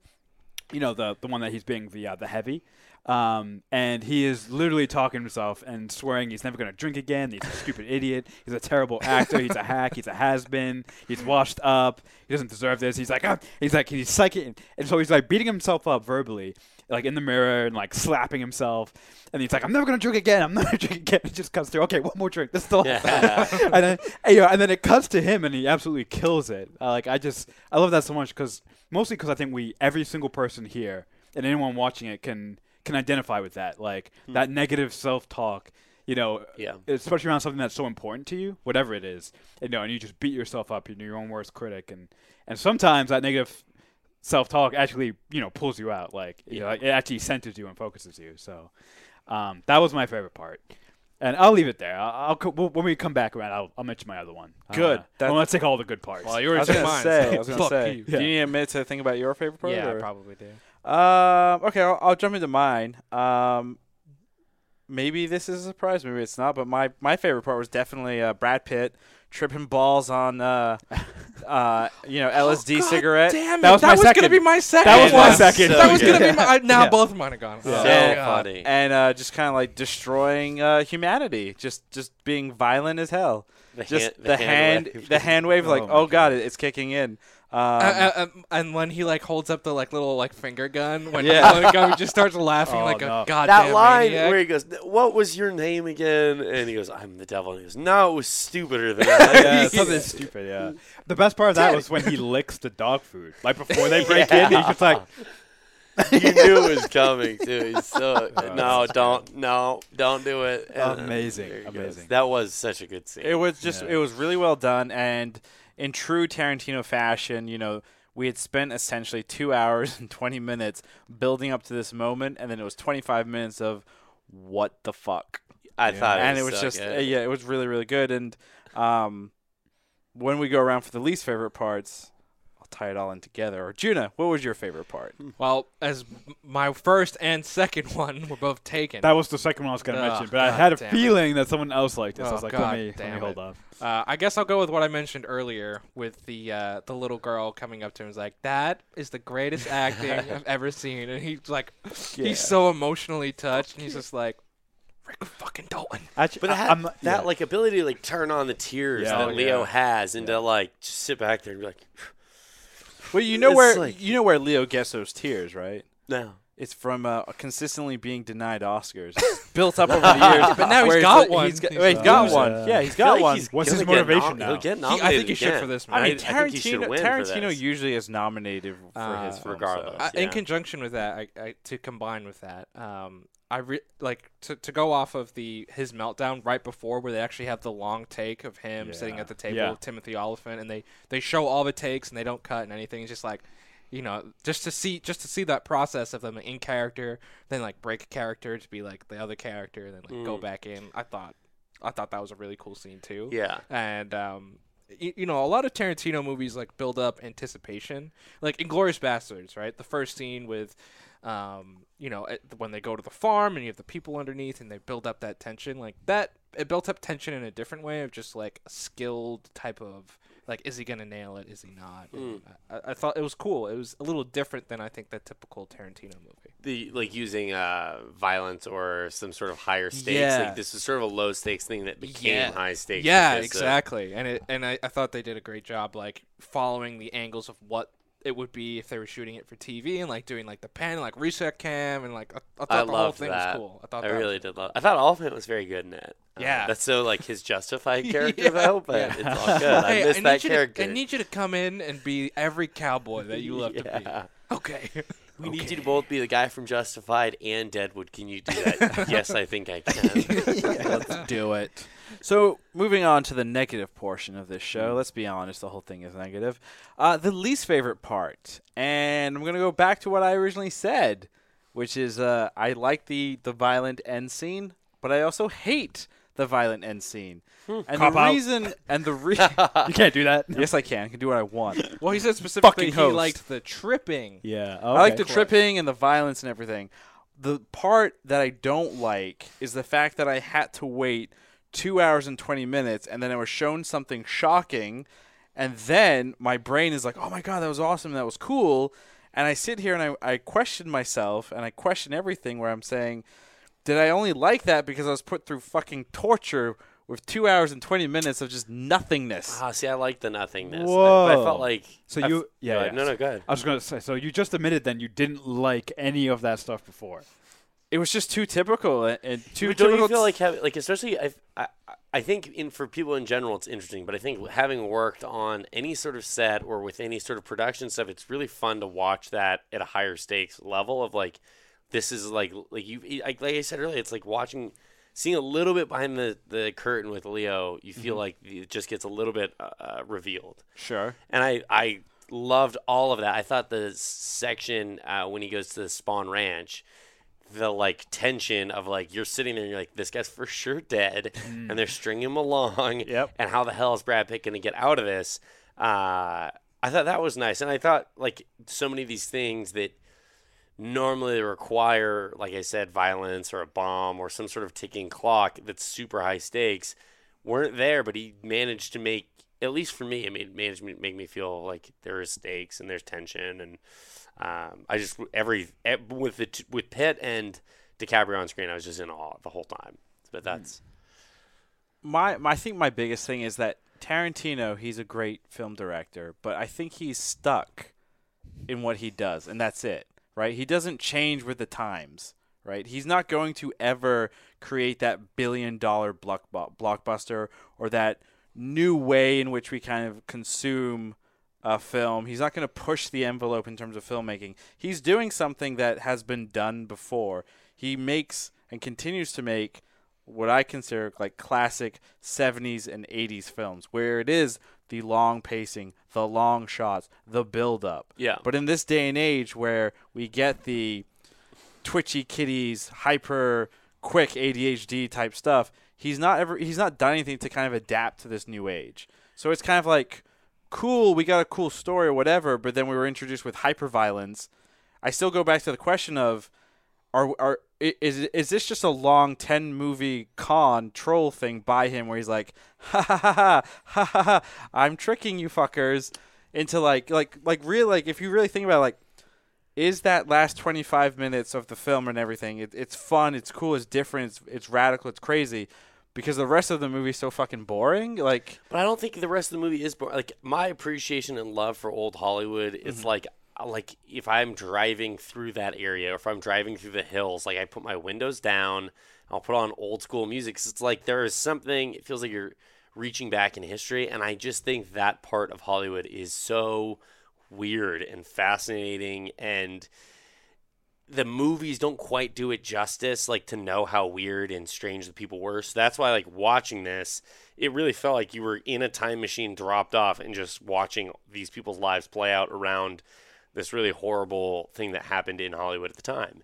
D: you know the the one that he's being the uh, the heavy, um, and he is literally talking to himself and swearing he's never gonna drink again. He's a stupid idiot. He's a terrible actor. He's a hack. He's a has been. He's washed up. He doesn't deserve this. He's like ah. he's like he's psychic, and, and so he's like beating himself up verbally. Like in the mirror and like slapping himself, and he's like, "I'm never gonna drink again. I'm never gonna drink again." It just comes through. Okay, one more drink. This is the last
B: Yeah.
D: and then and, you know, and then it cuts to him and he absolutely kills it. Uh, like I just I love that so much because mostly because I think we every single person here and anyone watching it can can identify with that like that negative self talk. You know,
A: uh,
B: Yeah.
D: especially around something that's so important to you, whatever it is. You know, and you just beat yourself up. You're your own worst critic, and and sometimes that negative self talk actually you know pulls you out. Like you know,
B: Yeah.
D: it actually centers you and focuses you. So um, that was my favorite part. And I'll leave it there. I'll, I'll co- we'll- when we come back around, I'll, I'll mention my other one. I don't
A: Good.
D: wanna- I
A: That-
D: want to take all the good parts.
C: Well, you
A: I
C: already
A: was
C: took
A: gonna
C: mine.
A: say.
C: so
A: I was gonna
C: fuck
A: say.
C: you.
A: Do you need a minute to think about your favorite part?
C: Yeah, I
A: or-
C: probably do.
A: Um. Okay, I'll, I'll jump into mine. Um, maybe this is a surprise. Maybe it's not. But my my favorite part was definitely uh, Brad Pitt tripping balls on uh, uh, you know, LSD cigarette.
C: Damn it!
D: That was my
C: gonna
D: second.
C: be my second.
D: That was
A: my
C: one.
D: second.
C: That was gonna
D: Yeah.
C: be my. I, now
D: Yeah.
C: both of mine are gone. Oh,
B: So
A: Yeah.
B: funny.
A: and uh, just kind of like destroying uh, humanity, just just being violent as hell.
B: The
A: just
B: hand-
A: the hand,
B: wave.
A: the hand wave, like
D: Oh my
A: oh god, it, it's kicking in. Um,
C: Uh, uh, um, and when he like holds up the like little like finger gun, when
A: Yeah.
C: he, like, um, he just starts laughing
D: Oh,
C: like a
D: no.
C: goddamn
B: that line
C: maniac.
B: where he goes, "What was your name again?" and he goes, "I'm the devil." And he goes, "No, it was stupider than that."
D: Yeah, something stupid. Yeah. The best part of that was when he licks the dog food. Like before they break in, he's just like,
B: you knew it was coming too. He's so no, don't no, don't do it. And- uh,
D: Amazing,
B: there he goes.
D: amazing.
B: That was such a good scene.
A: It was just
D: Yeah.
A: it was really well done and in true Tarantino fashion, you know, we had spent essentially 2 hours and 20 minutes building up to this moment and then it was 25 minutes of what the fuck.
B: I thought,
A: and
B: it
A: it
B: was,
A: was
B: so
A: just
B: good.
A: uh, yeah, it was really really good and um when we go around for the least favorite parts, I'll tie it all in together. Or Juna, what was your favorite part?
C: Well, as m- my first and second one were both taken.
D: that was the second one I was going to
C: Ugh,
D: mention, but I
C: God
D: had a
C: damn it.
D: feeling that someone else liked this. I
C: Oh,
D: was like,
C: God
D: let me, let
C: damn
D: me hold
C: it.
D: up.
C: Uh, I guess I'll go with what I mentioned earlier with the uh, the little girl coming up to him. and is like, "That is the greatest acting I've ever seen," and he's like,
D: Yeah.
C: he's so emotionally touched, and he's just like, "Rick fucking Dalton."
D: Actually,
B: But it
D: I-
B: had
D: I'm
B: that
D: not- yeah.
B: like ability to like turn on the tears
D: Yeah.
B: that
D: Oh,
B: Leo
D: yeah.
B: has, and to like just sit back there and be like,
A: Well, you know
B: It's
A: where
B: like-
A: you know where Leo gets those tears, right?
B: no.
A: It's from uh, consistently being denied Oscars, It's built up over the years.
C: But now he's
A: where it's
C: got
A: like-
C: one.
A: He's got,
C: He's
A: wait,
C: a
A: he's got
D: loser.
A: one. Yeah, he's
B: I feel
A: got
B: like
A: one.
B: he's
D: What's
B: gonna
D: his
B: get
D: motivation
B: nom-
D: now?
B: He'll get
C: He,
B: nominated
C: I think he should
B: again.
C: for this man.
A: I mean,
B: I think he should
A: Tarantino,
B: win for
A: Tarantino
B: this.
A: usually is nominated for
C: Uh,
A: his film, so-
B: regardless.
C: I-
B: yeah.
C: in conjunction with that, I, I, to combine with that, um, I re- like to, to go off of the his meltdown right before where they actually have the long take of him sitting
D: Yeah.
C: at the table
D: Yeah.
C: with Timothy Oliphant, and they they show all the takes and they don't cut and anything. It's just like, you know, just to see just to see that process of them in character, then like break a character to be like the other character, and then like
D: Mm.
C: go back in. I thought, I thought that was a really cool scene too
B: Yeah.
C: and um, you, you know a lot of Tarantino movies like build up anticipation, like Inglorious Bastards, right? The first scene with, um, you know, at, when they go to the farm and you have the people underneath and they build up that tension, like that. It built up tension in a different way of just like a skilled type of like, is he gonna nail it? Is he not? And I, I thought it was cool. It was a little different than I think the typical Tarantino movie.
B: The like using uh, violence or some sort of higher stakes.
A: Yeah.
B: Like this is sort of a low stakes thing that became
C: Yeah.
B: high stakes.
C: Yeah,
B: because uh, of-
C: exactly. And it and I, I thought they did a great job like following the angles of what it would be if they were shooting it for TV and like doing like the pan, like reset cam, and like I, I thought
B: I
C: the whole
B: loved
C: thing
B: that.
C: was cool. I thought
B: I
C: that was-
B: really did love. I thought Oliphant was very good in it. Uh,
C: Yeah.
B: that's so like his justified character
C: Yeah,
B: though, but
C: yeah.
B: it's all good. I
C: Hey,
B: miss
C: need
B: that
C: you
B: character.
C: To, I need you to come in and be every cowboy that you love
B: Yeah.
C: to be. Okay.
B: We need you to both be the guy from Justified and Deadwood. Can you do that? yes, I think I can.
A: Let's do it. So, moving on to the negative portion of this show.
D: Hmm.
A: Let's be honest, the whole thing is negative. Uh, the least favorite part, and I'm gonna go back to what I originally said, which is uh, I like the the violent end scene, but I also hate the violent end scene. And
D: Hmm. Cop
A: the
D: out.
A: reason, and the re-
D: you can't do that.
A: yes, I can. I can do what I want.
C: Well, he said specifically
A: Fucking
C: he
A: host.
C: liked the tripping.
D: Yeah.
A: I like the
D: okay.
A: tripping and the violence and everything. The part that I don't like is the fact that I had to wait two hours and 20 minutes and then I was shown something shocking. And then my brain is like, oh my God, that was awesome. That was cool. And I sit here and I, I question myself and I question everything where I'm saying, did I only like that because I was put through fucking torture with two hours and 20 minutes of just nothingness?
B: Ah, see, I like the nothingness. I- but I, felt
D: Whoa.
B: like
D: So
B: I-
D: you- yeah,
B: go
D: yeah.
B: ahead. no, no, go ahead.
D: I was going to say, so you just admitted then you didn't like any of that stuff before.
A: It was just too typical and, and too
B: But don't
A: typical.
B: you feel like having, like especially I, I I think in for people in general it's interesting, but I think having worked on any sort of set or with any sort of production stuff, it's really fun to watch that at a higher stakes level of like this is like like you like, like I said earlier, it's like watching seeing a little bit behind the the curtain with Leo. You feel like it just gets a little bit uh, uh, revealed.
A: sure.
B: and I I loved all of that. I thought the section uh, when he goes to the Spawn Ranch, the like tension of like you're sitting there and you're like this guy's for sure dead, and they're stringing him along.
D: Yep.
B: And how the hell is Brad Pitt gonna get out of this? Uh, I thought that was nice, and I thought like so many of these things that normally require, like I said, violence or a bomb or some sort of ticking clock that's super high stakes weren't there, but he managed to make at least for me, it made management make me feel like there is stakes and there's tension, and um, I just every e- with the t- with Pitt and DiCaprio on screen, I was just in awe the whole time. But that's
A: my, my I think my biggest thing is that Tarantino, he's a great film director, but I think he's stuck in what he does, and that's it, right? He doesn't change with the times, right? He's not going to ever create that billion dollar block blockbuster or that new way in which we kind of consume a film. He's not going to push the envelope in terms of filmmaking. He's doing something that has been done before. He makes and continues to make what I consider like classic 70s and 80s films, where it is the long pacing, the long shots, the build up.
B: Yeah.
A: But in this day and age where we get the twitchy kitties, hyper quick ADHD type stuff, he's not ever he's not done anything to kind of adapt to this new age. So it's kind of like cool, we got a cool story or whatever, but then we were introduced with hyper violence. I still go back to the question of are are i- is is this just a long 10 movie con troll thing by him where he's like ha ha ha ha ha ha, ha I'm tricking you fuckers into like like like real like if you really think about it, like is that last 25 minutes of the film and everything it, it's fun it's cool it's different it's, it's radical it's crazy because the rest of the movie's so fucking boring like
B: But I don't think the rest of the movie is boring. Like my appreciation and love for old Hollywood is like uh, like if I'm driving through that area or if I'm driving through the hills, like I put my windows down, I'll put on old school music. 'cause it's like there is something. It feels like you're reaching back in history, and I just think that part of Hollywood is so weird and fascinating and the movies don't quite do it justice, like to know how weird and strange the people were. So that's why, like watching this, it really felt like you were in a time machine, dropped off, and just watching these people's lives play out around this really horrible thing that happened in Hollywood at the time.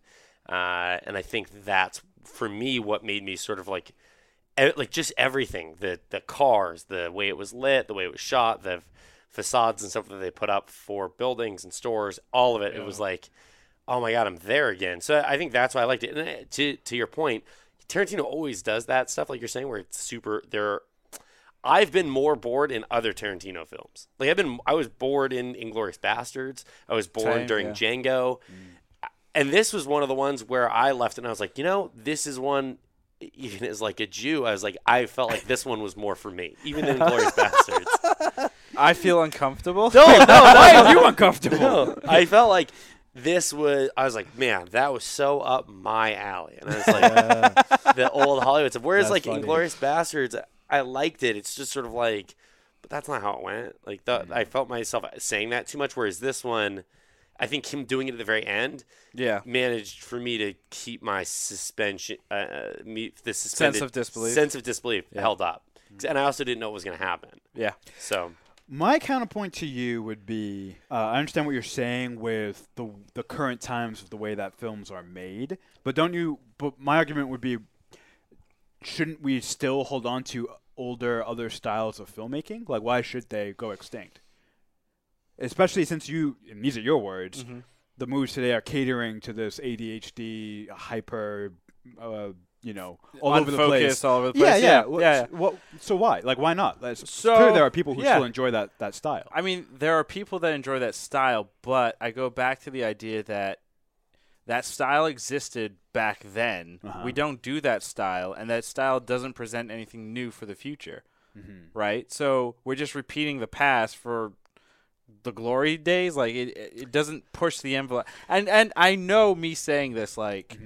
B: Uh, and I think that's for me what made me sort of like, e- like just everything the the cars, the way it was lit, the way it was shot, the facades and stuff that they put up for buildings and stores, all of it. It was like oh my god, I'm there again. So I think that's why I liked it. And uh, to to your point, Tarantino always does that stuff, like you're saying, where it's super. There, I've been more bored in other Tarantino films. Like I've been, I was bored in Inglorious Bastards. I was bored
A: Same,
B: during
A: yeah. Mm.
B: Django, and this was one of the ones where I left and I was like, you know, this is one. Even as like a Jew, I was like, I felt like this one was more for me, even in Glorious Bastards.
A: i feel uncomfortable
B: No, no, no,
D: Why are you uncomfortable?
B: no, I felt like this was. I was like, man, that was so up my alley, and I was like, the old Hollywood stuff. Whereas,
D: That's
B: like,
D: funny.
B: Inglorious Bastards, I liked it. It's just sort of like, but that's not how it went. Like, the, I felt myself saying that too much. Whereas this one, I think him doing it at the very end
A: yeah
B: managed for me to keep my suspension, uh, uh, me, the suspended
A: of disbelief.
B: sense of disbelief held up. And I also didn't know what was going to happen.
A: yeah
B: So
D: My counterpoint to you would be uh, I understand what you're saying with the the current times of the way that films are made, but don't you? But my argument would be, shouldn't we still hold on to older other styles of filmmaking? Like, why should they go extinct? Especially since you, and these are your
A: Mm-hmm.
D: words, the movies today are catering to this ADHD hyper, uh, you know, all over the place.
A: Unfocused, all over the
D: Yeah,
A: place.
D: yeah.
A: Yeah,
D: What-
A: yeah.
D: what- so why? Like, why not? That's,
A: So-
D: clearly, there are people who
A: yeah.
D: still enjoy that, that style.
A: I mean, there are people that enjoy that style, but I go back to the idea that that style existed back then.
D: Uh-huh.
A: We don't do that style, and that style doesn't present anything new for the future,
D: Mm-hmm.
A: right? So we're just repeating the past for the glory days. Like it, it it doesn't push the envelope. And and I know me saying this, like,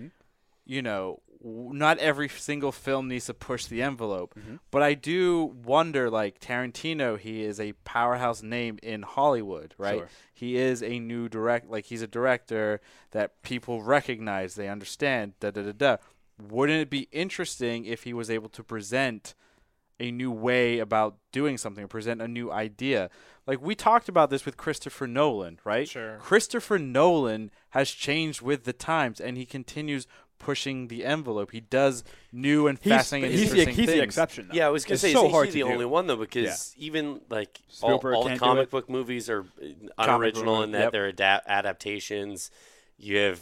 A: you know, w- not every single film needs to push the envelope. But I do wonder, like Tarantino, he is a powerhouse name in Hollywood, right?
D: Sure.
A: He is a new direct, like he's a director that people recognize, they understand, da da da da. Wouldn't it be interesting if he was able to present a new way about doing something, present a new idea? Like we talked about this with Christopher Nolan, right?
C: Sure.
A: Christopher Nolan has changed with the times, and he continues pushing the envelope. He does new and fascinating,
D: he's, the,
A: interesting
D: he's
A: things.
D: the exception. Though.
B: Yeah, I was gonna
D: It's
B: say
D: so
B: is
D: hard
B: he
D: to
B: the
D: do.
B: only one though because even like all,
D: Spielberg
B: all the
D: can't do
B: comic
D: it.
B: book movies are uh,
A: Comic
B: unoriginal
A: book,
B: in that
A: yep.
B: they're adapt- adaptations. You have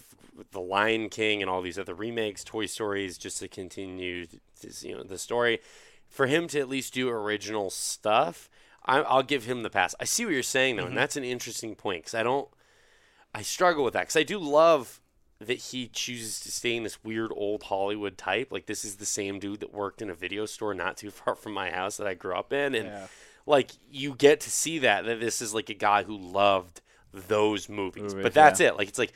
B: the Lion King and all these other remakes, Toy Stories, just to continue this, you know the story. For him to at least do original stuff, I, I'll give him the pass. I see what you're saying though,
D: Mm-hmm.
B: and that's an interesting point because I don't. I struggle with that because I do love that he chooses to stay in this weird old Hollywood type. Like this is the same dude that worked in a video store not too far from my house that I grew up in, and
C: Yeah.
B: like you get to see that that this is like a guy who loved those movies.
A: Movies,
B: but that's it. Like it's like. he-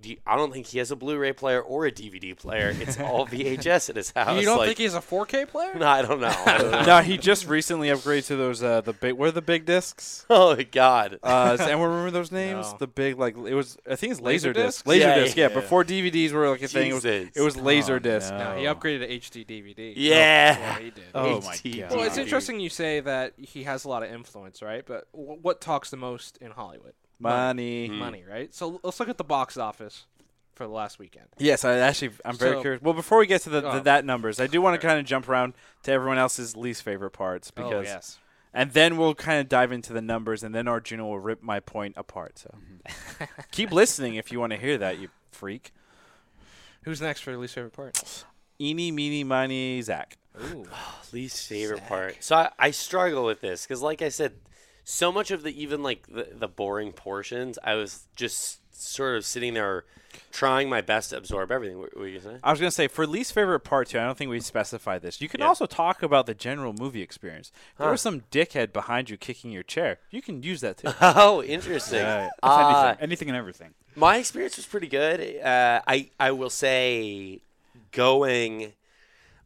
B: do you- I don't think he has a Blu-ray player or a DVD player. It's all VHS at his house.
C: You don't
B: like,
C: think he's a 4K player?
B: No, I don't know. I don't know.
A: no, he just recently upgraded to those uh the big what are the big discs?
B: Oh my God.
A: Uh, does anyone remember those names?
C: No.
A: The big like it was I think it's laser
C: Laser
A: disc.
C: discs?
A: Laser
B: Yeah,
A: disc, yeah,
D: yeah.
A: Before DVDs were like a thing, it was
B: Jesus.
A: it was laser disc.
C: Oh, No, he upgraded to HD DVD.
B: Yeah.
C: Oh, yeah, he did.
D: Oh my
B: HTV.
D: God.
C: Well, it's
B: Dude.
C: interesting you say that he has a lot of influence, right? But w- what talks the most in Hollywood?
A: Money.
C: Money, right? So l- let's look at the box office for the last weekend.
A: Yes, I actually I'm very
C: So-
A: curious. Well, before we get to the, the
C: Oh.
A: that numbers, I do want to kind of jump around to everyone else's least favorite parts because
C: oh yes.
A: and then we'll kind of dive into the numbers and then Arjuna will rip my point apart. So
C: Mm-hmm.
A: keep listening if you want to hear that, you freak.
C: Who's next for least favorite part?
A: Eeny, meeny, miny, Zach.
C: Ooh.
B: least favorite part. So I, I struggle with this because, like I said, so much of the even like the, the boring portions, I was just sort of sitting there trying my best to absorb everything. What what were you saying?
A: I was gonna say for least favorite part two. I don't think we specified this. You can
B: Yeah.
A: also talk about the general movie experience. There
B: Huh.
A: was some dickhead behind you kicking your chair. You can use that too.
B: Oh, interesting.
D: Yeah, it's
B: Uh,
D: anything, anything and everything.
B: my experience was pretty good. Uh, I I will say, going.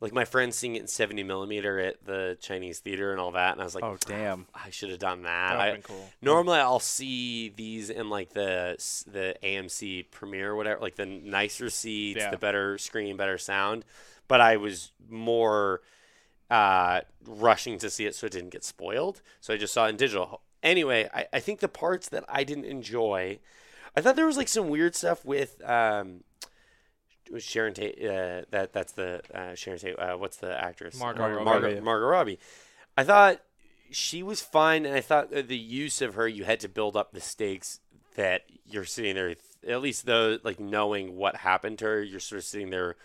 B: Like my friend seeing it in seventy millimeter at the Chinese theater and all that, and I was like,
A: oh damn!
B: I should have done that.
C: That would've
B: I-
C: been cool.
B: Normally, I'll see these in like the s- the AMC premiere, or whatever, like the nicer seats,
C: Yeah.
B: the better screen, better sound. But I was more uh, rushing to see it, so it didn't get spoiled. So I just saw it in digital. Anyway, I, I think the parts that I didn't enjoy, I thought there was like some weird stuff with um, with Sharon Tate. Uh, that that's the uh, Sharon Tate. Uh, what's the actress?
C: Margot
B: Uh,
C: Robbie.
B: Margot, Margot Robbie. I thought she was fine, and I thought that the use of her, you had to build up the stakes that you're sitting there. At least though, like knowing what happened to her, you're sort of sitting there.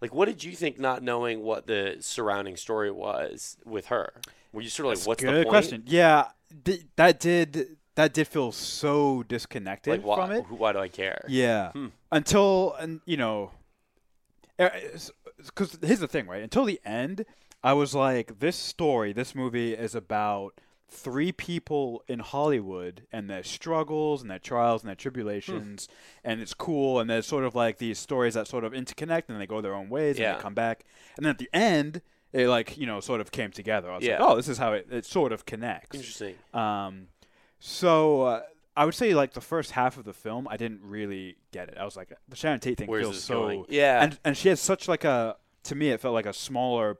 B: Like, what did you think, not knowing what the surrounding story was with her? Were you sort of like, what's the
D: Good
B: point?
D: question. Yeah, di- that did that did feel so disconnected
B: Like, why,
D: from it.
B: who- why do I care?
D: Yeah.
B: Hmm.
D: Until and you know, er, because here's the thing, right? Until the end, I was like, this story, this movie is about three people in Hollywood and their struggles and their trials
B: Hmm.
D: and their tribulations, and it's cool. And there's sort of like these stories that sort of interconnect and they go their own ways and
B: Yeah.
D: they come back. And then at the end, it like you know sort of came together. I was
B: Yeah.
D: like, oh, this is how it, it sort of connects.
B: Interesting.
D: Um, so uh, I would say like the first half of the film, I didn't really get it. I was like, uh, the Sharon Tate thing
B: Where's
D: feels
B: this
D: so
B: going? Yeah.
D: and and she had such like a to me it felt like a smaller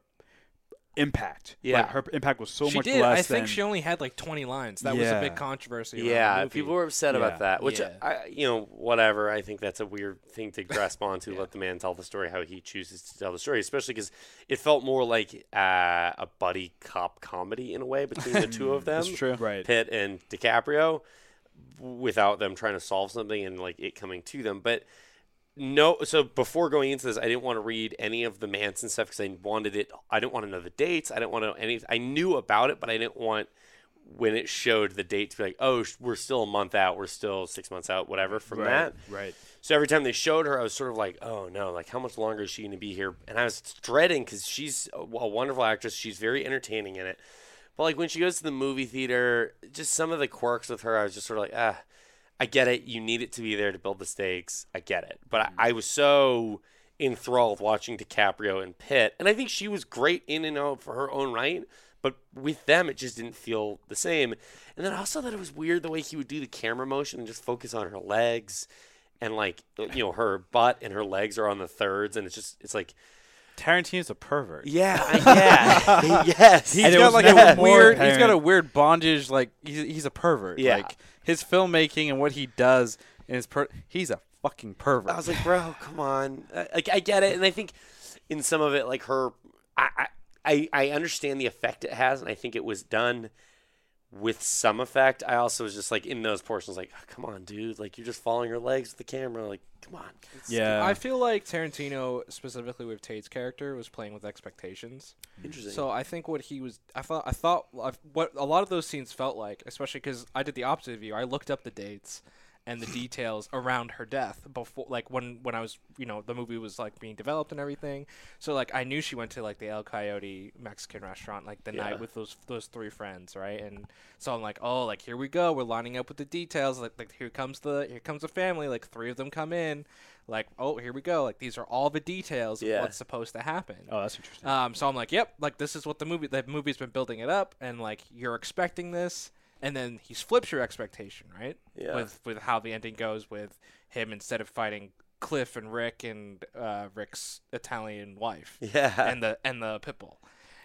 D: impact.
B: Yeah.
D: like, her p- impact was so
C: she
D: much
C: did.
D: less.
C: I think
D: than,
C: she only had like 20 lines. That was a
D: Yeah.
C: big controversy. around the
B: Yeah,
C: movie.
B: people were upset
D: Yeah.
B: about that, which
C: Yeah.
B: I, you know, whatever. I think that's a weird thing to grasp onto. Let the man tell the story how he chooses to tell the story, especially because it felt more like uh, a buddy cop comedy in a way between the two of them.
A: That's true.
D: right.
B: Pitt and DiCaprio without them trying to solve something and like it coming to them. But no, so before going into this, I didn't want to read any of the Manson stuff because I wanted it. I didn't want to know the dates. I didn't want to know any. I knew about it, but I didn't want when it showed the date to be like, oh, sh- we're still a month out. We're still six months out, whatever from
D: Right,
B: that.
D: right.
B: So every time they showed her, I was sort of like, oh no, like how much longer is she going to be here? And I was dreading because she's a, a wonderful actress. She's very entertaining in it. But like when she goes to the movie theater, just some of the quirks with her, I was just sort of like, ah, I get it. You need it to be there to build the stakes. I get it. But I, I was so enthralled watching DiCaprio and Pitt. And I think she was great in and out for her own right. But with them, it just didn't feel the same. And then I also thought it was weird the way he would do the camera motion and just focus on her legs. And like, you know, her butt and her legs are on the thirds. And it's just, it's like,
A: Tarantino's a pervert.
B: yeah, I- yeah, yes.
A: He's
D: And it
A: got
D: was
A: like
D: never
A: a
D: more
A: weird. He's got a
D: apparent.
A: weird bondage. Like he's, he's a pervert.
B: Yeah.
A: Like his filmmaking and what he does and his per. He's a fucking pervert.
B: I was like, bro, come on. Uh, Like, I get it, and I think in some of it, like her, I, I, I I understand the effect it has, and I think it was done with some effect. I also was just like in those portions, like, "Oh, come on, dude, like you're just following her legs with the camera, like, come on. It's
A: Yeah.
C: I feel like Tarantino, specifically with Tate's character, was playing with expectations.
B: interesting.
C: So I think what he was, I thought, I thought I've- what a lot of those scenes felt like, especially because I did the opposite of you. I looked up the dates and the details around her death before, like when when I was, you know, the movie was like being developed and everything. So like I knew she went to like the El Coyote Mexican restaurant like the
B: Yeah.
C: night with those those three friends, right? And so I'm like, oh, like here we go, we're lining up with the details. Like, like here comes the here comes the family. Like three of them come in. Like oh, here we go. Like these are all the details
B: Yeah.
C: of what's supposed to happen.
D: Oh, that's interesting.
C: Um, so I'm like, yep, like this is what the movie the movie's been building it up, and like you're expecting this, and then he flips your expectation, right?
B: Yeah.
C: With with how the ending goes with him instead of fighting Cliff and Rick and uh, Rick's Italian wife
B: yeah.
C: and the and the pitbull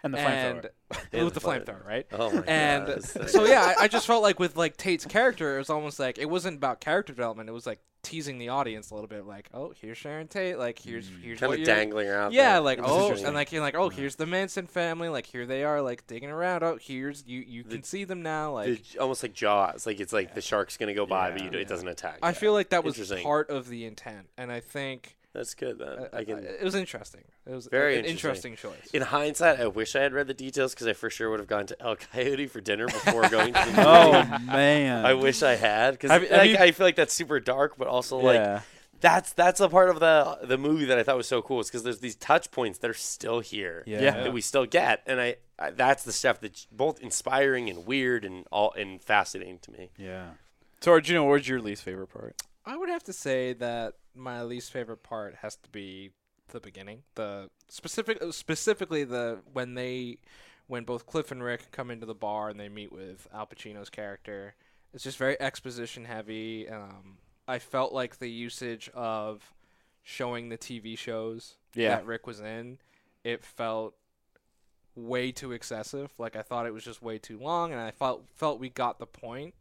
D: and the
C: and
D: flamethrower.
B: Yeah,
C: with
B: the
C: the
B: fire-
C: flamethrower, right?
B: oh my
C: and
B: god. this thing.
C: so yeah, I, I just felt like with like Tate's character, it was almost like it wasn't about character development. It was like teasing the audience a little bit, like, oh, here's Sharon Tate, like here's here's
B: kind
C: what
B: of
C: you're-
B: dangling her out.
C: yeah,
B: there.
C: like
B: It's
C: oh,
B: interesting.
C: and like you're like oh, here's the Manson family. Like here they are, like digging around. Oh, here's you. You can see them now. Like
B: The- almost like Jaws. Like it's like the shark's gonna go by, but you, it doesn't attack.
C: I
B: Yeah.
C: feel like that was
B: Interesting.
C: part of the intent, and I think uh,
B: that's good. Then I can.
C: it was interesting. It was
B: Very
C: an
B: interesting.
C: interesting choice.
B: in hindsight, I wish I had read the details because I for sure would have gone to El Coyote for dinner before going to the movie.
D: Oh man.
B: I wish I had because
A: Have- have
B: like,
A: you-
B: I feel like that's super dark, but also like
A: Yeah.
B: that's that's a part of the the movie that I thought was so cool. Is because there's these touch points that are still here,
A: Yeah.
B: that we still get, and I, I that's the stuff that's both inspiring and weird and all and fascinating to me.
D: Yeah.
A: So, Arjuna, what was your least favorite part?
C: I would have to say that my least favorite part has to be the beginning. The specific specifically the when they when both Cliff and Rick come into the bar and they meet with Al Pacino's character. It's just very exposition heavy. Um, I felt like the usage of showing the TV shows
A: Yeah.
C: that Rick was in, it felt way too excessive. Like I thought it was just way too long, and I felt felt we got the point.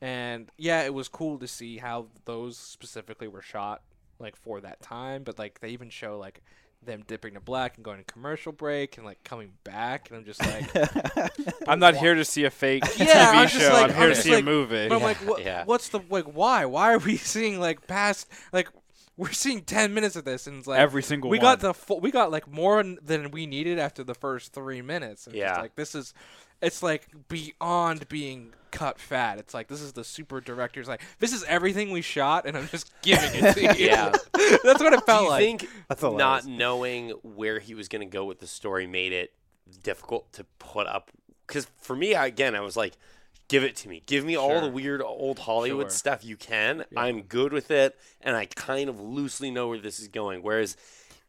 C: And yeah, it was cool to see how those specifically were shot, like for that time. But like they even show like them dipping to black and going to commercial break and like coming back, and I'm just like,
A: I'm not here to see a fake
C: Yeah,
A: TV
C: I'm just
A: show.
C: like-
A: I'm
C: I'm
A: here to
C: just
A: see a
C: like-
A: movie.
C: but I'm like, what,
B: yeah.
C: what's the like? Why? Why are we seeing like past like? We're seeing ten minutes of this, and it's like
D: Every single
C: we
D: one.
C: got the full, we got like more n- than we needed after the first three minutes. And it's just
B: Yeah.
C: like this is, it's like beyond being cut fat. It's like this is the super director's like this is everything we shot, and I'm just giving it to you.
B: Yeah.
C: that's what it
B: Do
C: felt
B: you
C: like.
B: think
D: That's a lot.
B: not knowing where he was going to go with the story made it difficult to put up? Because for me, I- again, I was like, give it to me. Give me all the
C: Sure.
B: weird old Hollywood
C: Sure.
B: stuff you can. I'm good with it. And I kind of loosely know where this is going. Whereas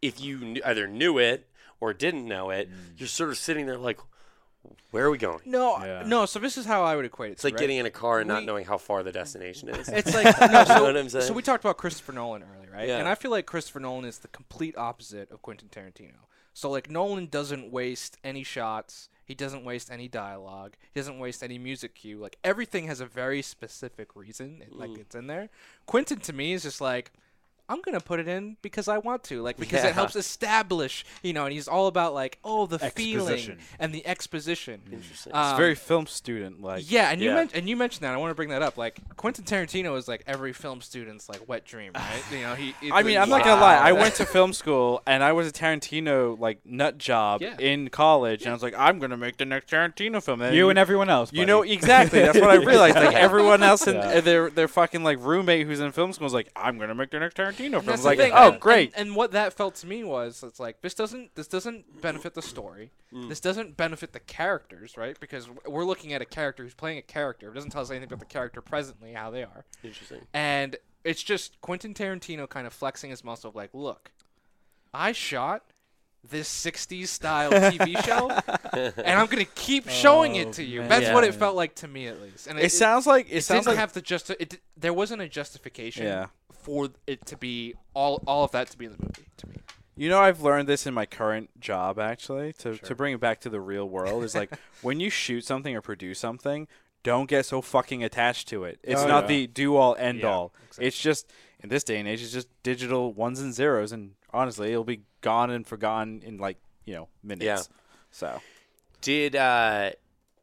B: if you kn- either knew it or didn't know it,
C: Mm.
B: you're sort of sitting there like, where are we going?
C: no,
D: Yeah.
C: no. So this is how I would equate it.
B: It's like
C: right?
B: getting in a car and not
C: We-
B: knowing how far the destination is.
C: It's like no,
B: You know
C: so,
B: what I'm saying?
C: so we talked about Christopher Nolan earlier, right?
B: Yeah.
C: And I feel like Christopher Nolan is the complete opposite of Quentin Tarantino. So like Nolan doesn't waste any shots. He doesn't waste any dialogue. He doesn't waste any music cue. Like everything has a very specific reason. It,
B: Mm.
C: like it's in there. Quentin to me is just like. I'm gonna put it in because I want to, like because
B: Yeah.
C: it helps establish, you know. And he's all about like, oh, the feeling
D: Exposition.
C: and the exposition.
B: Interesting.
A: it's
C: Um,
A: very film student like.
C: yeah, and you
B: Yeah.
C: men- and you mentioned that. I want to bring that up. Like Quentin Tarantino is like every film student's like wet dream, right? You know, he.
A: I mean, I'm not gonna lie. I went to film school and I was a Tarantino like nut job
C: Yeah.
A: in college, and I was like, I'm gonna make the next Tarantino film.
D: You and everyone else.
A: You
D: buddy.
A: know exactly. That's what I realized. Like
B: Yeah.
A: everyone else in
D: Yeah.
A: their their fucking like roommate who's in film school is like, I'm gonna make the next Tarantino film.
C: And
A: I was
C: that's
A: like,
C: the thing.
A: oh
C: and-
A: great.
C: And, and what that felt to me was it's like this doesn't this doesn't benefit the story.
A: Mm.
C: This doesn't benefit the characters, right? Because we're looking at a character who's playing a character. It doesn't tell us anything about the character presently, how they are.
B: Interesting.
C: And it's just Quentin Tarantino kind of flexing his muscle of like, look, I shot this 60s style TV show and I'm going to keep showing it to you.
A: Oh, man.
C: That's what
B: Yeah.
C: it felt like to me at least. And
A: it, sounds like it,
C: it
A: sounds
C: didn't
A: like
C: have to just it, di- there wasn't a justification
A: Yeah.
C: for it to be all all of that to be in the movie to me.
A: You know, I've learned this in my current job actually. To to bring it back to the real world is like when you shoot something or produce something, don't get so fucking attached to it. It's
D: Oh,
A: not
D: yeah.
A: the do all end
C: Yeah,
A: all. It's just in this day and age, it's just digital ones and zeros, and honestly, it'll be gone and forgotten in like you know minutes.
B: Yeah.
A: So
B: Did uh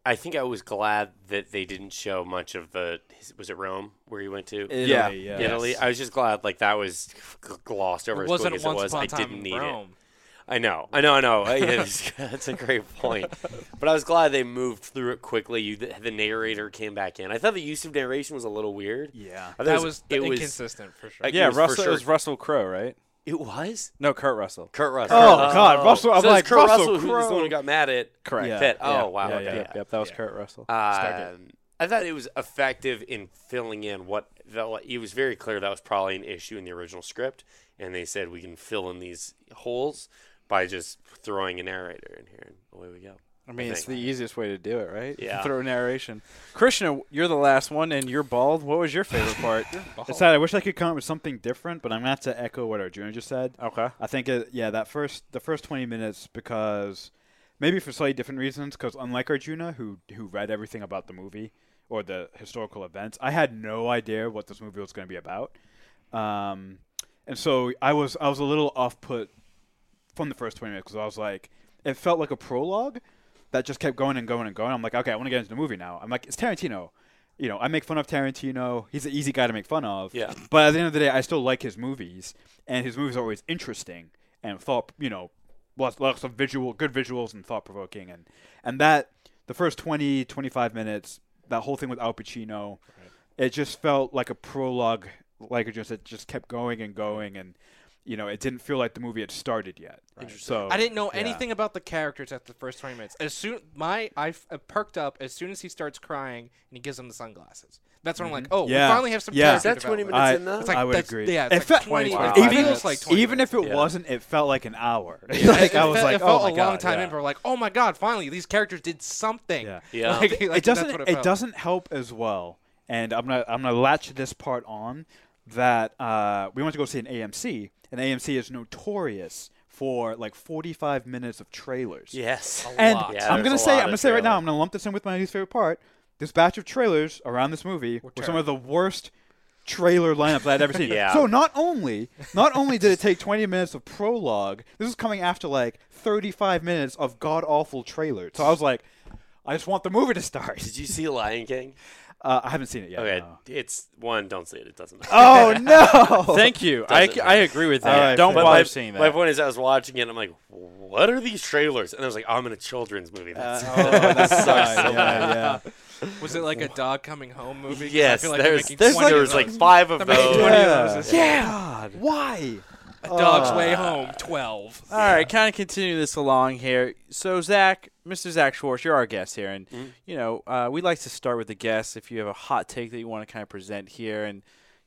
B: I think I was glad that they didn't show much of the. Was it Rome where he went to?
A: Yeah.
D: Italy, yeah.
B: Italy. I was just glad like that was g- glossed over
C: It
B: as
C: wasn't
B: quick as
C: once
B: it was.
C: upon
B: I
C: a time
B: didn't
C: in
B: need it.
C: Rome.
B: I know, I know, I know. I- yeah, that's- that's a great point. But I was glad they moved through it quickly. You, the, the narrator came back in. I thought the use of narration was a little weird.
D: Yeah.
B: I thought
C: That was
B: it was
C: inconsistent for sure.
B: like,
A: Yeah,
B: it was for
A: Russell. It
B: sure-
A: was Russell Crowe, right?
B: It was
A: No, Kurt Russell.
B: Kurt Russell.
D: Oh, God, Russell-
B: So
D: I'm
B: it's
D: like,
B: Kurt Russell,
D: Russell
B: who's the one
D: Crowe.
B: who got mad at
A: Correct.
D: Yeah.
B: Pitt. Oh
A: Yeah.
B: wow,
A: Yeah,
B: okay.
A: yeah, yep, that was Kurt Russell.
B: Um, I thought it was effective in filling in what the, it was very clear that was probably an issue in the original script, and they said we can fill in these holes by just throwing a narrator in here, and away we go.
A: I mean, it's the
B: think.
A: easiest way to do it, right?
B: Yeah.
A: Through narration. Krishna, you're the last one, and you're bald. What was your favorite part?
D: It's sad. I wish I could come up with something different, but I'm gonna have to echo what Arjuna just said.
A: okay.
D: I think it, yeah, that first the first 20 minutes because maybe for slightly different reasons because unlike Arjuna who who read everything about the movie or the historical events, I had no idea what this movie was going to be about. Um, and so I was I was a little off put from the first 20 minutes because I was like it felt like a prologue that just kept going and going and going. I'm like, okay, I want to get into the movie now. I'm like, it's Tarantino. You know, I make fun of Tarantino. He's an easy guy to make fun of.
B: Yeah.
D: But at the end of the day, I still like his movies, and his movies are always interesting and thought. You know, lots, lots of visual, good visuals and thought provoking, and and that the first 20, 25 minutes, that whole thing with Al Pacino, it just felt like a prologue. Like it just it just kept going and going, and you know, it didn't feel like the movie had started yet. So
C: I didn't know
D: Oh, yeah.
C: anything about the characters at the first 20 minutes. As soon my I f- uh, perked up as soon as he starts crying and he gives him the sunglasses. That's when I'm like, oh,
D: Mm-hmm. Yeah.
C: we finally have some
D: Yeah.
C: character
B: Is that 20
C: development.
B: minutes?
D: I,
B: in that?
C: It's like,
D: I would
C: that's-
D: agree.
C: yeah, it's
D: It
C: like
D: felt-
C: 20,
A: Wow.
D: even,
C: it feels like 20
D: even if it
B: Yeah.
D: wasn't, it felt like an hour.
C: Yeah,
D: like
C: it
D: I was
C: felt-
D: like,
C: it felt
D: oh my
C: a
D: God,
C: long time
D: yeah.
C: in. We're like, oh my god, finally these characters did something.
D: Yeah.
B: Yeah.
C: Like- like,
D: it
C: that's
D: doesn't.
C: what
D: It,
C: it felt.
D: doesn't help as well. And I'm gonna I'm gonna latch this part on that uh, we went to go see an AMC, and AMC is notorious for like 45 minutes of trailers.
B: Yes.
D: And
C: lot.
B: Yeah,
D: I'm
B: there's
D: gonna
B: a
D: say,
B: lot
D: I'm
B: of
D: gonna say right now,
B: trailers.
D: I'm gonna lump this in with my least favorite part. This batch of trailers around this movie were, some of the worst trailer lineups I'd ever seen.
B: Yeah.
D: So not only, not only did it take 20 minutes of prologue, this is coming after like 35 minutes of god awful trailers. So I was like, I just want the movie to start.
B: Did you see Lion King?
D: Uh, I haven't seen it yet.
B: Okay,
D: no.
B: it's one. Don't see it. It doesn't. Matter.
D: Oh no!
A: Thank you. I,
B: Doesn't
A: I agree with that.
D: All right,
A: Don't
D: fair.
B: But
A: bother
B: my,
A: seeing
B: my
A: that.
B: point is, I was watching it. and I'm like, what are these trailers? And I was like, I'm in a children's
C: Uh,
B: movie. That's
D: oh, that
B: sucks
D: sucks.
B: so
D: yeah, yeah.
C: Was it like
D: Oh.
C: a dog coming home movie? 'Cause
B: Yes,
C: I feel like
B: there's,
C: making
B: there's
C: 20
B: there
C: of
B: was like
C: those.
B: five of
C: They're making
B: those.
C: 20 of
D: Yeah.
C: those this year.
A: yeah.
D: Why?
C: A Dog's
D: uh,
C: Way Home, 12.
A: All right, kind of continue this along here. So, Zach, Mr. Zach Schwartz, you're our guest here, and
B: Mm-hmm.
A: you know uh, we like to start with the guests. If you have a hot take that you want to kind of present here, and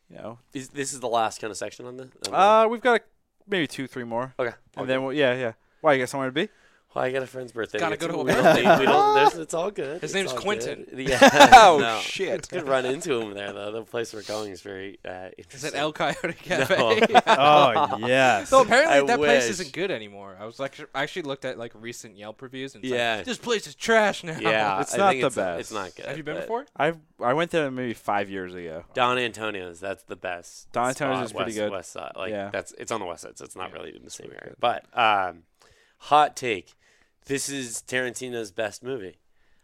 A: you know,
B: Is, this is the last kind of section on the. on the-
A: uh, we've got a, maybe two, three more,
B: okay.
A: and then we'll, yeah, yeah. Why you got somewhere to be?
B: Well, I got a friend's birthday.
C: Gotta
B: It's-
C: go to a
B: we don't
C: birthday.
B: need- we don't- there's- it's all good.
C: His
B: It's
C: name's
B: all
C: Quentin.
B: good. Yeah.
A: Oh,
B: no.
A: shit.
B: Could run into him there though. The place we're going is very uh,
C: Is
B: interesting.
C: it El Coyote Cafe?
D: Oh yes.
C: So apparently
B: I
C: that place
B: wish.
C: isn't good anymore. I was like, I actually looked at like recent Yelp reviews and it's
B: Yeah.
C: like, this place is trash now.
B: Yeah,
A: It's
B: I
A: not
B: think
A: the
B: it's,
A: best.
B: It's not good.
C: Have you been
B: but
C: before?
A: I I went there maybe five years ago.
B: Don Antonio's. That's the best.
A: Don Antonio's
B: spot,
A: is pretty
B: west,
A: good.
B: West side, like
A: Yeah.
B: that's it's on the west side, so it's not really in the same area. But um, hot take: This is Tarantino's best movie.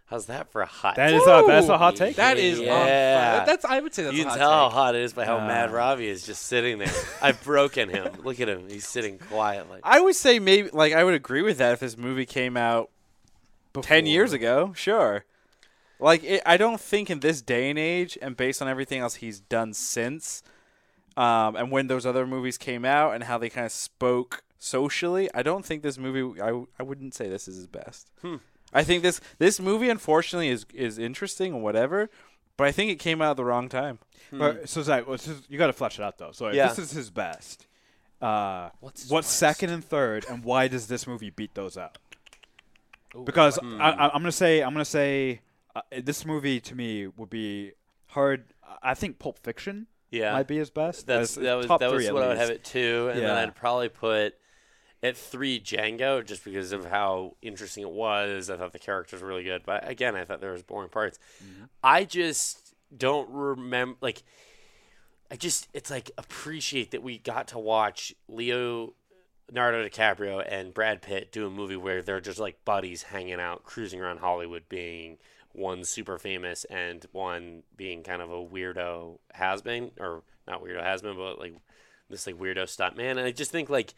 B: How's that for a hot?
D: that
B: take?
D: is a that's a hot take.
C: That is on
B: Yeah.
C: fire. That's I would say that's
B: you
C: a
B: can
C: hot
B: tell how
C: take.
B: hot it is by how mad Robbie is just sitting there. I've broken him. Look at him. He's sitting quietly.
A: I would say maybe like I would agree with that if this movie came out ten years ago. Sure, like it, I don't think in this day and age, and based on everything else he's done since, um, and when those other movies came out and how they kind of spoke socially, I don't think this movie. I w- I wouldn't say this is his best.
D: Hmm.
A: I think this this movie unfortunately is is interesting and whatever, but I think it came out at the wrong time.
D: But, so Zach, well, this is- you got to flesh it out though. So if
B: Mm. Yeah.
D: this is his best. Uh,
C: What's
D: what's
C: his worst?
D: second and third, and why does this movie beat those out? Because I,
B: Hmm.
D: I, I'm gonna say I'm gonna say uh, this movie to me would be hard. I think Pulp Fiction
B: Yeah.
D: might be his best.
B: That's
D: as-
B: that was
D: top
B: that
D: three
B: was
D: at
B: what I would
D: least.
B: have it two, and then
D: Yeah.
B: I'd probably put at three Django just because of how interesting it was. I thought the characters were really good, but again, I thought there was boring parts. I just don't remember like. I just it's like appreciate that we got to watch Leo Leonardo DiCaprio and Brad Pitt do a movie where they're just like buddies hanging out, cruising around Hollywood, being one super famous and one being kind of a weirdo has been or not weirdo has been, but like this like weirdo stunt man. And I just think like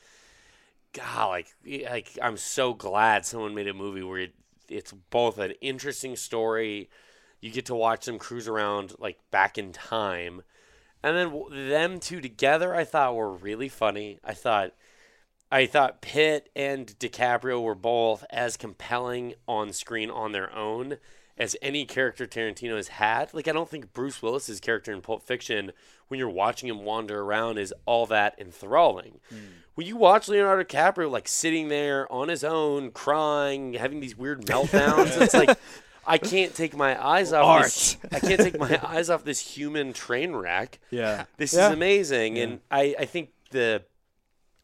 B: God, like y- like I'm so glad someone made a movie where it, it's both an interesting story. You get to watch them cruise around like back in time, and then w- them two together. I thought were really funny. I thought, I thought Pitt and DiCaprio were both as compelling on screen on their own as any character Tarantino has had. Like I don't think Bruce Willis's character in Pulp Fiction, when you're watching him wander around, is all that enthralling when you watch Leonardo DiCaprio like sitting there on his own, crying, having these weird meltdowns, it's like I can't take my eyes off this, I can't take my eyes off this human train wreck.
D: Yeah.
B: This
D: Yeah.
B: is amazing, and I, I think the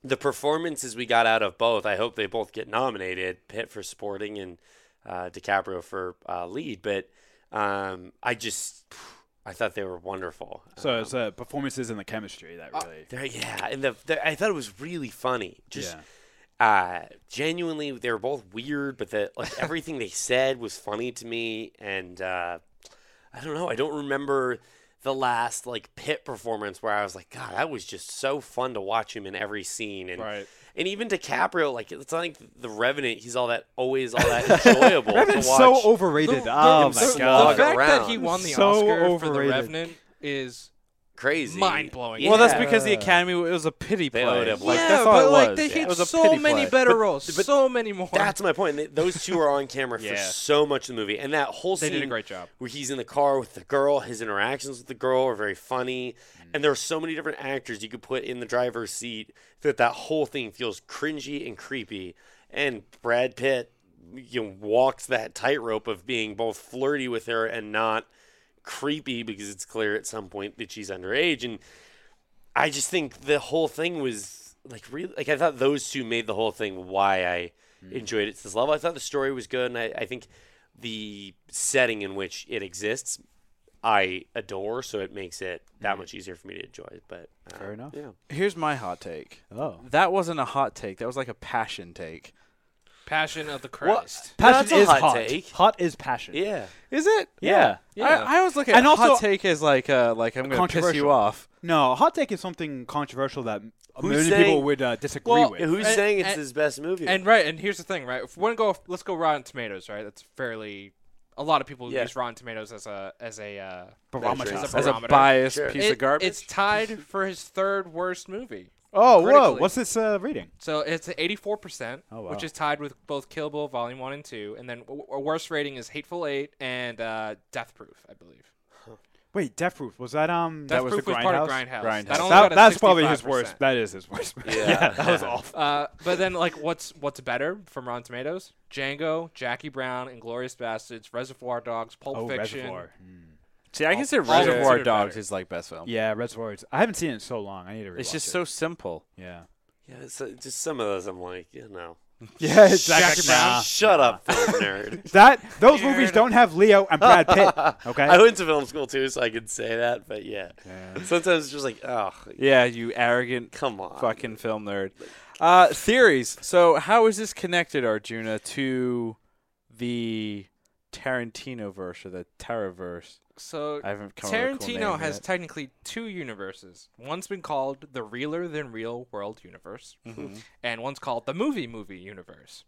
B: the performances we got out of both. I hope they both get nominated. Pitt for supporting and uh, DiCaprio for uh, lead, but um, I just I thought they were wonderful.
D: So it's uh, performances and the chemistry that
C: Uh,
D: really.
B: They're- yeah, and the, the I thought it was really funny. Just
D: Yeah.
B: uh, genuinely, they were both weird, but that like everything they said was funny to me. And uh, I don't know, I don't remember the last like pit performance where I was like, God, that was just so fun to watch him in every scene. And
D: Right.
B: and even DiCaprio, like it's not like the Revenant, he's all that always all that enjoyable to watch.
D: It's so overrated. oh my
B: the- Slog
D: god.
C: The fact that he
B: around.
C: won the
D: So
C: Oscar for The
D: overrated.
C: Revenant is
B: crazy,
C: mind-blowing.
A: Well, that's
B: Yeah.
A: because the Academy it was a pity
B: They
A: play.
B: owed him
A: Like
B: one.
C: yeah,
A: that's all
C: but
A: it
C: like
A: was.
C: they
A: it
C: had
A: was a
C: so
A: pity
C: many
A: play.
C: better roles, so many more.
B: That's my point. Th- Those two are on camera for
D: Yeah.
B: so much in the movie, and that whole
C: they
B: scene
C: did a great job.
B: where he's in the car with the girl. His interactions with the girl are very funny, and there are so many different actors you could put in the driver's seat that that whole thing feels cringy and creepy. And Brad Pitt, you know, walks that tightrope of being both flirty with her and not creepy because it's clear at some point that she's underage. And I just think the whole thing was like really like I thought those two made the whole thing why I
D: Mm.
B: enjoyed it to this level. I thought the story was good, and I, I think the setting in which it exists I adore, so it makes it that much easier for me to enjoy. it, But uh,
D: Mm. Fair enough.
B: Yeah.
A: Here's my hot take.
D: Oh.
A: That wasn't a hot take. That was like a passion take.
C: Passion of the Christ.
D: Passion
B: that's a
D: is
B: hot
D: hot.
B: take.
D: Hot is passion.
B: Yeah.
A: Is it?
D: Yeah.
C: Yeah.
A: I, I always look at
D: And
A: hot
D: also-
A: take as like uh, like I'm gonna piss you
D: Controversial.
A: off.
D: No, hot take is something controversial that a
B: Who's
D: million
B: saying-
D: people would uh, disagree
C: Well,
D: with.
B: And who's
C: And-
B: saying it's
C: and-
B: his best movie?
C: And right, and here's the thing, right? If one go, let's go Rotten Tomatoes, right? That's fairly. A lot of people
B: Yeah.
C: use Rotten Tomatoes as a as a uh,
D: Barometer.
C: As a
A: As a
C: barometer.
A: biased
B: Sure.
A: piece
C: It-
A: of garbage.
C: It's tied for his third worst movie.
D: oh, whoa!
C: critically.
D: What's this uh, reading?
C: So it's 84%,
D: Oh, wow.
C: which is tied with both Kill Bill Volume 1 and 2, and then w- w- worst rating is Hateful Eight and uh, Death Proof, I believe.
D: Wait, Death Proof was that um?
C: Death
D: that was
C: Proof
D: the
C: was
D: Grindhouse.
C: part of Grindhouse. That
D: Grindhouse.
C: only
D: That-
C: got a
D: that's probably his
C: 65%.
D: worst. That is his worst.
B: Yeah.
D: that was awful.
C: Uh, but then, like, what's what's better from Rotten Tomatoes? Django, Jackie Brown, Inglorious Bastards, Reservoir Dogs, Pulp
D: Oh,
C: Fiction.
D: Reservoir.
A: See, I consider
C: all
A: Reservoir
C: considered
A: Dogs
C: better.
A: is like best film.
D: Yeah, Reservoir. is- I haven't seen it in so long. I need to. Rewatch
A: It's just
D: it.
A: so simple.
D: Yeah.
B: yeah, so just some of those I'm like, you know.
D: Yeah, it's
B: Jackie Brown. Shut up, film nerd.
D: That those
C: Weird.
D: movies don't have Leo and Brad Pitt. Okay.
B: I went to film school too, so I could say that. But yeah, sometimes it's just like, oh,
A: Yeah, you arrogant
B: come on.
A: fucking film nerd. Uh, theories. So, how is this connected, Arjuna, to the Tarantino verse or the Terraverse?
C: So
A: I haven't come up with a cool
C: Tarantino
A: name
C: has
A: yet.
C: technically two universes. One's been called the realer than real world universe, and one's called the movie movie universe.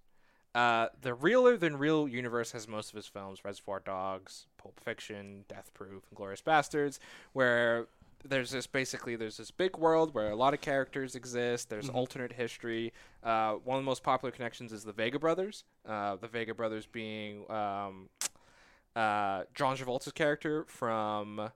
C: Uh, the realer than real universe has most of his films: Reservoir Dogs, Pulp Fiction, Death Proof, and Glorious Bastards, where there's this basically there's this big world where a lot of characters exist. There's alternate history. Uh, one of the most popular connections is the Vega brothers. Uh, the Vega brothers being um, uh, John Travolta's character from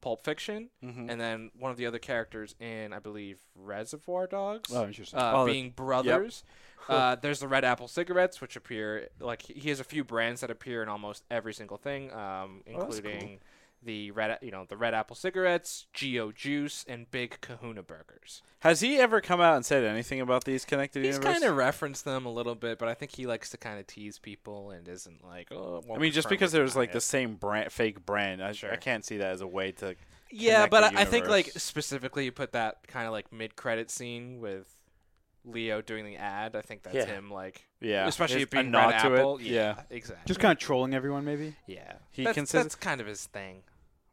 C: Pulp Fiction,
A: Mm-hmm.
C: and then one of the other characters in, I believe, Reservoir Dogs,
D: Oh, interesting.
C: uh,
A: Oh, the-
C: being brothers. Uh, there's the Red Apple cigarettes, which appear like he he has a few brands that appear in almost every single thing, um,
A: Oh,
C: including the red, you know, the Red Apple cigarettes, Geo Juice, and Big Kahuna burgers.
A: Has he ever come out and said anything about these connected
C: He's
A: universes?
C: kind of referenced them a little bit, but I think he likes to kind of tease people and isn't like, oh.
A: I mean, just because there's like the same brand, fake brand, I, I
C: Sure.
A: can't see that as a way to.
C: Yeah,
A: connect
C: but
A: the
C: I, I think like
A: universe.
C: specifically you put that kind of like mid credit scene with Leo doing the ad. I think that's
B: Yeah.
C: him, like
A: Yeah, There's
C: especially it being
A: a nod
C: Red
A: to
C: Apple.
A: it. Yeah.
C: exactly.
D: Just kind of trolling everyone, maybe.
C: yeah.
A: He
C: that's,
A: consider-
C: that's kind of his thing.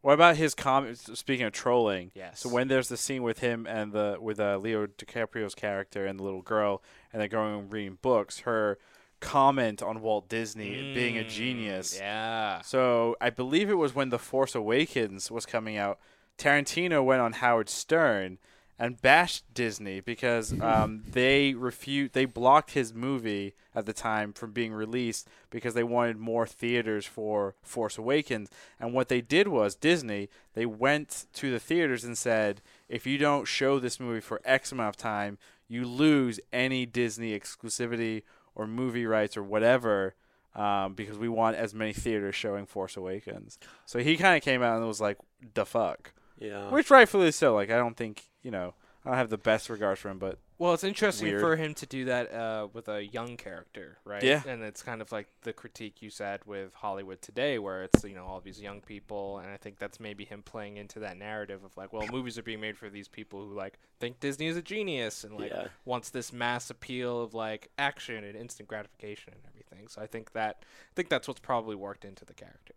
A: What about his comments? Speaking of trolling,
C: Yes.
A: So when there's the scene with him and the with uh, Leo DiCaprio's character and the little girl, and they're going and reading books, her comment on Walt Disney being a
C: Mm,
A: genius.
C: Yeah.
A: So I believe it was when The Force Awakens was coming out. Tarantino went on Howard Stern and bashed Disney because um, they refute they blocked his movie at the time from being released because they wanted more theaters for Force Awakens. And what they did was Disney they went to the theaters and said, if you don't show this movie for X amount of time, you lose any Disney exclusivity or movie rights or whatever um, because we want as many theaters showing Force Awakens. So he kind of came out and was like, "The fuck,"
B: Yeah.
A: which rightfully so. Like, I don't think you know, I don't have the best regards for him, but
C: Well, it's interesting
A: Weird.
C: for him to do that uh, with a young character, right?
A: Yeah.
C: And it's kind of like the critique you said with Hollywood today, where it's you know all these young people, and I think that's maybe him playing into that narrative of like, well, movies are being made for these people who like think Disney is a genius and like
B: Yeah.
C: wants this mass appeal of like action and instant gratification and everything. So I think that I think that's what's probably worked into the character.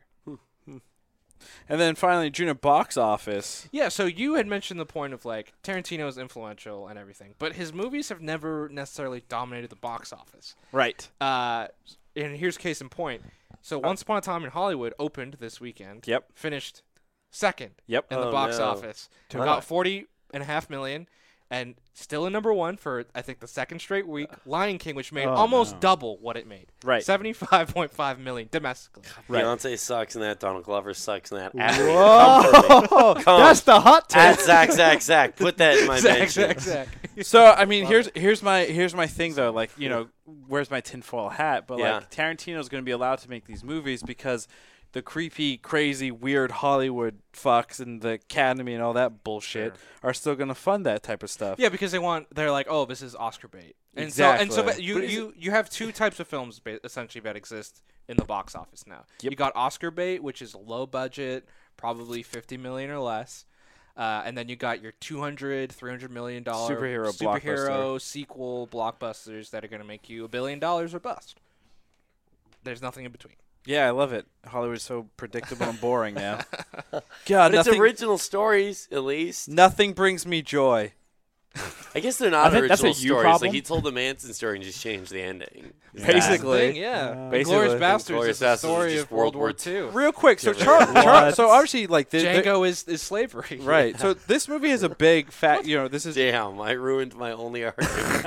A: and then finally, Juno box office.
C: Yeah, so you had mentioned the point of like Tarantino is influential and everything, but his movies have never necessarily dominated the box office.
A: Right.
C: Uh, and here's case in point. So Once Upon a Time in Hollywood opened this weekend.
A: Yep.
C: Finished second
A: Yep.
C: in the
B: Oh,
C: box
B: no.
C: office.
A: Wow.
C: About forty and a half million, and still in number one for I think the second straight week. Lion King, which made
D: Oh,
C: almost
D: no.
C: double what it made.
A: Right.
C: Seventy-five point five million domestically.
A: Right.
B: Beyonce sucks in that. Donald Glover sucks in that. At me, come for me.
D: Whoa,
B: Come.
D: that's the hot
B: At
D: take.
B: Zach, Zach, Zach. Put that in my
C: Zach,
B: mention.
C: Zach, Zach.
A: So I mean, here's here's my here's my thing though. Like you know, where's my tinfoil hat? But like Tarantino's going to be allowed to make these movies because the creepy, crazy, weird Hollywood fucks and the Academy and all that bullshit are still going to fund that type of stuff.
C: Yeah, because they want they're like, oh, this is Oscar bait. And so and so
A: Exactly.
C: but you
A: But is
C: you you have two types of films ba- essentially that exist in the box office now.
A: Yep.
C: You got Oscar bait, which is low budget, probably 50 million or less. Uh, and then you got your 200 300 million dollar
A: Superhero
C: superhero sequel blockbusters that are going to make you a billion dollars or bust. There's nothing in between.
A: Yeah, I love it. Hollywood's so predictable and boring now. God,
B: But it's
A: nothing,
B: original stories, at least.
A: nothing brings me joy.
B: I guess they're not
D: I think that's a
B: original
D: you
B: stories.
D: problem.
B: Like he told the Manson story and just changed the ending.
A: Basically.
C: Thing, yeah.
A: Basically.
C: Glorious Bastards
B: Inglourious
C: is the
B: Basterds is
C: story
B: just
C: of
B: World
C: World War
B: War
C: II.
A: Real quick, so
B: Get
A: Char-
B: rid of
A: Char-
D: what?
A: so obviously like the, the-
C: Django is, is slavery.
A: right. So this movie is a big fat, you know, this is
B: Damn, I ruined my only argument.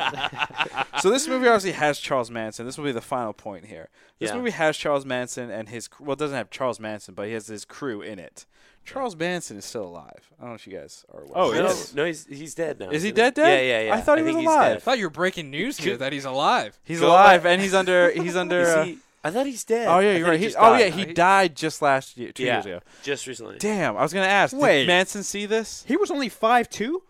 A: so this movie obviously has Charles Manson. This will be the final point here. This
B: Yeah.
A: movie has Charles Manson and his cr- well, it doesn't have Charles Manson, but he has his crew in it. Charles Manson is still alive. I don't know if you guys are aware.
D: Oh,
A: of
B: no,
A: this.
D: yes.
B: no, he's he's dead now.
A: Is he
B: isn't
A: dead, dead?
B: Yeah, yeah, yeah.
A: I thought he
B: think
A: was
B: he's
A: alive.
B: dead.
C: I thought you were breaking news here that he's alive.
A: He's
B: Go
A: alive
B: back.
A: and he's under he's under
B: Is
A: uh,
B: he- I thought he's dead.
A: Oh
B: I
A: yeah, you're
B: thought
A: right.
B: He
A: He,
B: just
A: oh
B: died.
A: yeah, he died just last year, 2
B: yeah,
A: years ago.
B: just recently.
A: Damn, I was gonna ask.
D: Wait.
A: Did Manson see this?
D: He was only five two.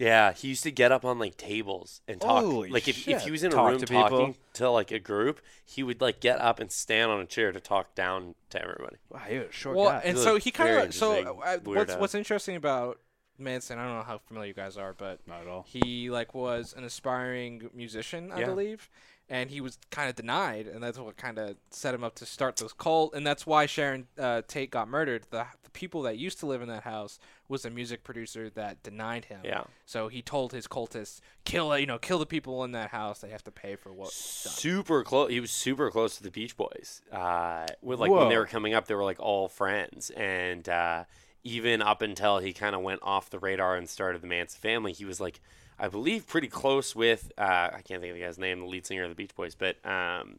B: Yeah, he used to get up on like tables and talk.
D: Holy
B: like if,
D: shit.
B: if he was in a
A: Talk
B: room
A: to people.
B: talking to like a group, he would like get up and stand on a chair to talk down to everybody.
D: Wow, he was a
B: Oh,
D: short
C: well,
D: guy.
C: and
B: He's
C: so
B: like
C: he kind
B: very
C: of so uh,
B: interesting
C: what's
B: weirdo.
C: what's interesting about Manson? I don't know how familiar you guys are, but
D: Not at all.
C: he like was an aspiring musician, I
A: Yeah.
C: believe, and he was kind of denied, and that's what kind of set him up to start this cult, and that's why Sharon uh, Tate got murdered. The, the people that used to live in that house was a music producer that denied him.
B: Yeah.
C: So he told his cultists, kill uh, you know, kill the people in that house. They have to pay for what.
B: Super close. He was super close to the Beach Boys. Uh, with like when they
D: Whoa.
B: were coming up, they were like all friends, and uh, even up until he kind of went off the radar and started the Manson Family, he was like, I believe, pretty close with uh, I can't think of the guy's name, the lead singer of the Beach Boys, but um,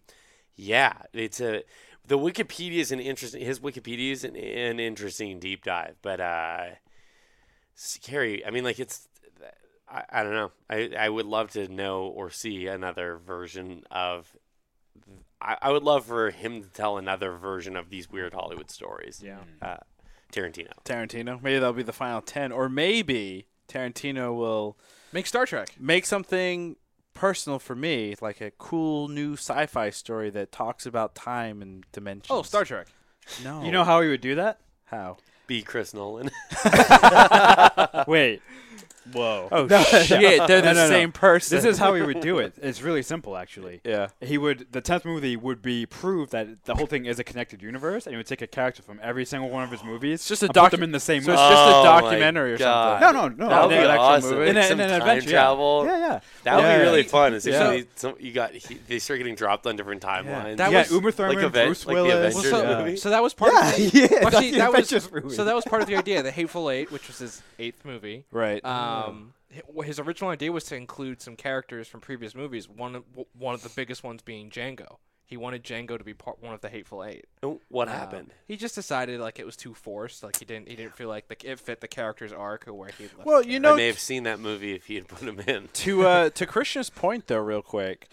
B: yeah, it's a the Wikipedia is an interesting. His Wikipedia is an, an interesting deep dive, but uh, scary. I mean, like it's. I, I don't know. I, I would love to know or see another version of. I, I would love for him to tell another version of these weird Hollywood stories.
C: Yeah.
D: Mm.
B: Uh, Tarantino.
A: Tarantino. Maybe that'll be the final ten, or maybe Tarantino will
C: Make Star Trek.
A: make something personal for me, like a cool new sci-fi story that talks about time and dimensions.
C: Oh, Star Trek.
A: No,
D: You know how he would do that?
A: how?
B: Be Chris Nolan.
D: Wait, Whoa.
A: Oh Uh, shit, they're the same person.
D: This is how he would do it. It's really simple, actually.
A: yeah.
D: He would the tenth movie would be proof that the whole thing is a connected universe, and he would take a character from every single one of his movies.
A: It's just a
D: and put
A: doc-
D: them in the same.
A: So
D: movie.
A: it's just a
B: Oh my
A: documentary or
B: God.
A: something.
D: no, no, no.
B: That would
A: An
B: be
A: actual
B: awesome.
A: movie.
B: In
A: In
D: a-
B: some
D: in an
B: time
D: adventure, yeah.
B: travel.
D: yeah, yeah.
B: That would
D: Yeah.
B: be really fun. Is
D: Yeah.
B: if you, some, you got he, they start getting dropped on different timelines.
A: That
D: yeah,
A: was-
D: Uma Thurman,
B: like Aven-
D: Bruce
B: like the
D: Willis.
C: Well,
B: Avengers
D: yeah.
C: so,
B: movie.
C: so that was part.
D: Yeah,
C: of the,
D: yeah,
C: well,
D: that's
C: see,
D: the
C: that was
D: Avengers movie.
C: so that was part of the idea. The Hateful Eight, which was his eighth movie.
A: Right.
D: Oh,
C: Um, hi- wh- his original idea was to include some characters from previous movies. One of, w- one of the biggest ones being Django. He wanted Django to be part one of the Hateful Eight.
B: Oh, what
C: Uh,
B: happened?
C: He just decided like it was too forced. Like he didn't he didn't feel like the, it fit the character's arc or where he. Left
A: well,
C: the
A: you
C: character.
A: know,
B: I may have seen that movie if he had put him in.
A: to uh, to Krishna's point though, real quick,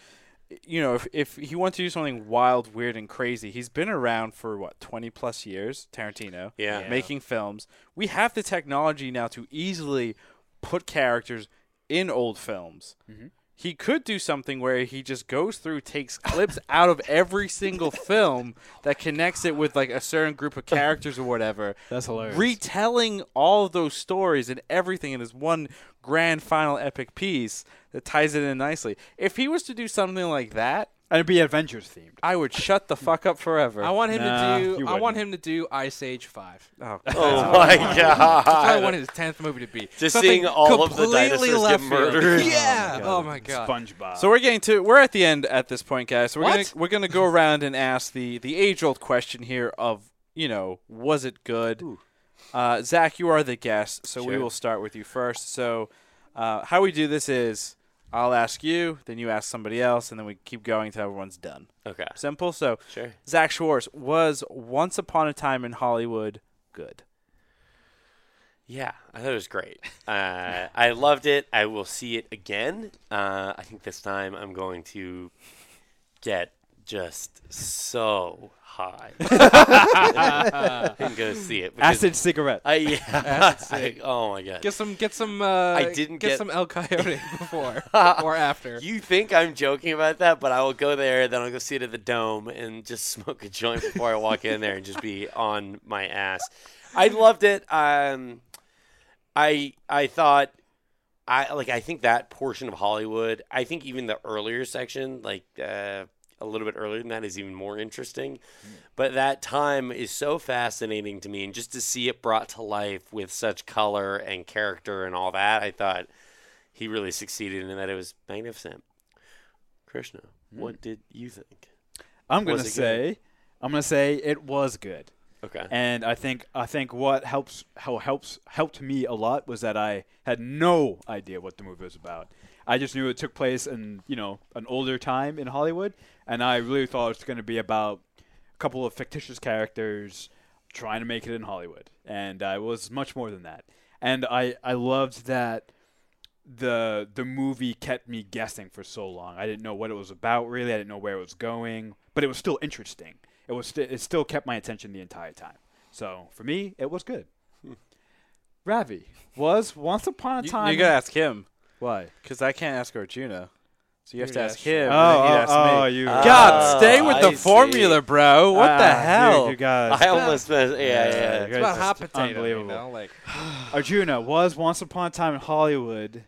A: you know, if if he wants to do something wild, weird, and crazy, he's been around for what twenty plus years, Tarantino,
B: Yeah. Yeah.
A: making films. We have the technology now to easily put characters in old films. He could do something where he just goes through, takes clips out of every single film that connects it with like a certain group of characters or whatever,
D: That's hilarious.
A: retelling all of those stories and everything in this one grand final epic piece that ties it in nicely. If he was to do something like that,
D: and it'd be Avengers themed.
A: I would shut the fuck up forever.
C: I want him
D: Nah,
C: to
D: you
C: do. I want him to do Ice Age Five.
A: oh,
B: Oh my
C: That's what I
B: god!
C: want his tenth movie to be.
B: Just
C: Something
B: seeing all of the dinosaurs
C: completely
B: get
C: left field.
B: murdered.
C: Yeah. Oh my god.
D: SpongeBob.
A: So we're getting to we're at the end at this point, guys. So we're
C: What?
A: gonna we're gonna go around and ask the the age old question here of you know was it good? Uh, Zach, you are the guest, so we
B: Sure.
A: will start with you first. So uh, how we do this is I'll ask you, then you ask somebody else, and then we keep going until everyone's done.
B: Okay.
A: Simple. So
B: Sure.
A: Zach Schwartz was Once Upon a Time in Hollywood good?
B: Yeah, I thought it was great. Uh, I loved it. I will see it again. Uh, I think this time I'm going to get just so high and go see it. because
D: Acid cigarette.
B: I, yeah. I, oh my god.
C: Get some, get some. Uh,
B: I didn't
C: get,
B: get-
C: some El Coyote before or after.
B: You think I'm joking about that, but I will go there, then I'll go see it at the dome and just smoke a joint before I walk in there and just be on my ass. I loved it. Um, I I thought I like I think that portion of Hollywood. I think even the earlier section, like uh, a little bit earlier than that, is even more interesting. But that time is so fascinating to me, and just to see it brought to life with such color and character and all that, I thought he really succeeded in that. It was magnificent. Krishna, what did you think?
D: I'm gonna
B: was it good?
D: say, I'm gonna say it was good.
B: Okay.
D: And I think I think what helps how helps helped me a lot was that I had no idea what the movie was about. I just knew it took place in you know an older time in Hollywood, and I really thought it was going to be about a couple of fictitious characters trying to make it in Hollywood, and I was much more than that. And I I loved that the the movie kept me guessing for so long. I didn't know what it was about really. I didn't know where it was going, but it was still interesting. It was st- it still kept my attention the entire time. So for me, it was good. Ravi was once upon a
A: You,
D: time.
A: you gotta ask him
D: why?
A: because I can't ask Arjuna, so you have
C: You'd
A: to
C: ask
A: ask him. and
D: Oh,
A: then you'd
D: oh,
A: ask
D: oh,
A: me.
D: you
A: God,
B: Oh,
A: stay with
B: I
A: the
B: see.
A: formula, bro. What the
D: Ah, dude,
A: hell?
D: you guys.
B: I almost missed. Yeah, yeah.
D: Yeah.
C: it's about hot
D: It's just
C: potato.
D: unbelievable.
C: You know? like,
D: Arjuna was once upon a time in Hollywood.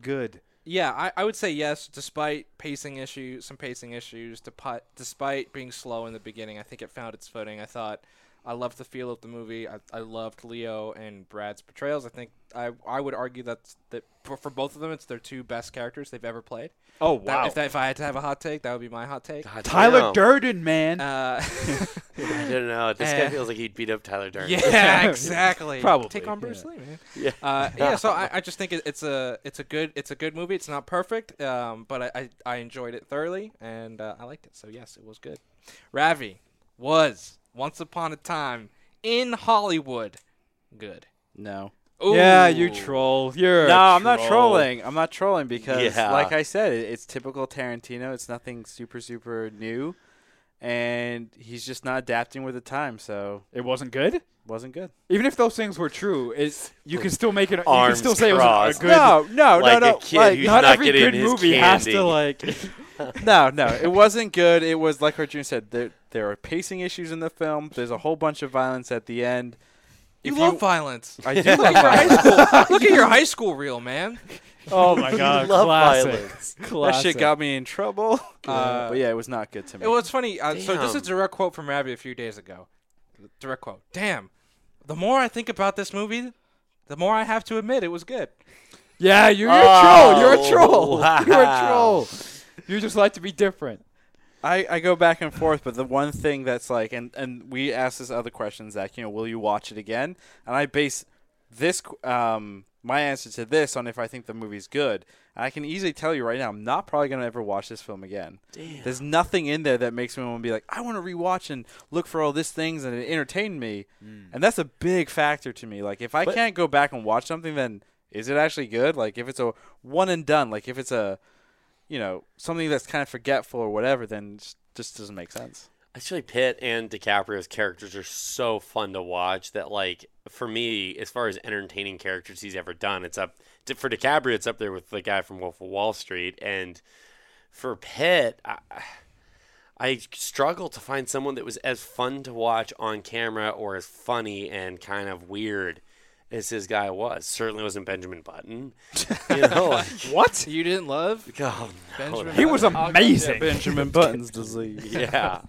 D: Good.
C: yeah, I, I would say yes, despite pacing issues, some pacing issues, depi- despite being slow in the beginning. I think it found its footing. I thought I loved the feel of the movie. I, I loved Leo and Brad's portrayals. I think I I would argue that's that for, for both of them, it's their two best characters they've ever played.
D: Oh
C: That-
D: wow.
C: if, that, if I had to have a hot take, that would be my hot take.
B: God
D: Tyler
B: damn.
D: Durden, man.
C: Uh,
B: I don't know. This guy
C: Eh.
B: feels like he'd beat up Tyler Durden.
C: Yeah, exactly.
D: Probably,
C: take on Bruce
D: yeah.
C: Lee, man.
B: Yeah.
C: Uh, yeah. So I, I just think it, it's a it's a good it's a good movie. It's not perfect, um, but I, I, I enjoyed it thoroughly and uh, I liked it. So yes, it was good. Ravi was once upon a time in Hollywood. Good.
A: No.
D: yeah, you
C: Ooh.
D: troll. You're a
A: No, I'm not
D: troll.
A: trolling. I'm not trolling because,
B: Yeah.
A: like I said, it, it's typical Tarantino. It's nothing super, super new, and he's just not adapting with the time, so
D: It wasn't good.
A: wasn't good.
D: Even if those things were true, it's you can still make it. You can
B: Arms
D: still say it was
B: crossed.
D: a good.
A: no, no,
B: like
A: no, no.
B: a kid
A: like,
B: who's
D: not,
B: not,
D: every
B: getting
D: good
B: his
D: movie
B: candy.
D: has to like.
A: no, no. It wasn't good. It was like Arjun said. There, there are pacing issues in the film. There's a whole bunch of violence at the end.
C: You
B: If
C: love
B: you-
C: violence.
D: I do love
C: Look at your
D: violence.
C: high school- Look at your high school reel, man.
E: Oh my god,
B: love
E: classic.
B: violence.
A: That
E: classic.
A: shit got me in trouble.
C: Uh,
A: but yeah, it was not good to me.
C: It was funny. Uh, so this is a
B: Damn.
C: direct quote from Ravi a few days ago. Direct quote. Damn. The more I think about this movie, the more I have to admit it was good.
E: Yeah, you, you're a troll. You're a
B: Oh,
E: troll. You're a
B: wow.
E: troll. You just like to be different.
A: I, I go back and forth, but the one thing that's like, and, and we asked this other question, Zach, you know, will you watch it again? And I base this, qu- um, my answer to this on if I think the movie's good. And I can easily tell you right now, I'm not probably going to ever watch this film again. There's nothing in there that makes me want to be like, I want to rewatch and look for all these things and it entertained me. And that's a big factor to me. Like, if I
B: But-
A: can't go back and watch something, then is it actually good? Like, if it's a one and done, like if it's a, you know, something that's kind of forgetful or whatever, then it just- just doesn't make sense.
B: Actually, Pitt and DiCaprio's characters are so fun to watch that, like, for me, as far as entertaining characters he's ever done, it's up for DiCaprio. It's up there with the guy from Wolf of Wall Street, and for Pitt, I, I struggle to find someone that was as fun to watch on camera or as funny and kind of weird as this guy was. Certainly wasn't Benjamin Button. You know, like,
D: What?
C: You didn't love
B: oh,
C: Benjamin.
D: He was
C: Button?
D: amazing.
A: Benjamin Button's disease.
B: yeah,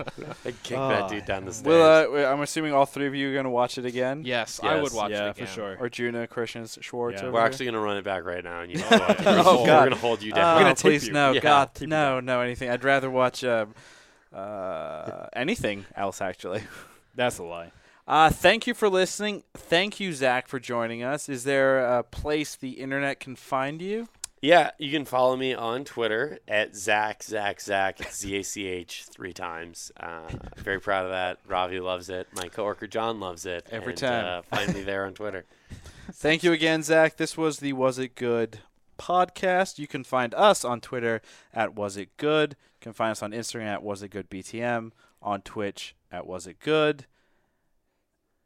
B: I kicked
D: Oh.
B: that dude down the stairs.
A: Well, uh, w- I'm assuming all three of you are going to watch it again?
C: Yes, I would
B: Yes,
C: watch
D: yeah,
C: it again.
D: for sure.
A: Or Juna, Christian, Schwartz?
D: Yeah.
A: over
B: We're
A: here?
B: actually gonna run it back right now, and you know what?
A: Oh,
B: We're
A: God.
B: gonna hold you
A: Oh,
B: down.
D: gonna tape
A: please,
D: you.
A: no,
B: Yeah,
A: God,
D: tape you
A: no, no, anything. I'd rather watch uh, uh, anything else, actually.
E: That's a lie.
A: Uh, thank you for listening. Thank you, Zach, for joining us. Is there a place the internet can find you?
B: yeah, you can follow me on Twitter at Zach Zach Zach Z A C H three times. Uh, very proud of that. Ravi loves it. My coworker John loves it.
A: Every
B: and,
A: time.
B: Uh, find me there on Twitter.
A: Thank you again, Zach. This was the Was It Good podcast. You can find us on Twitter at Was It Good. You can find us on Instagram at Was It Good BTM, on Twitch at Was It Good.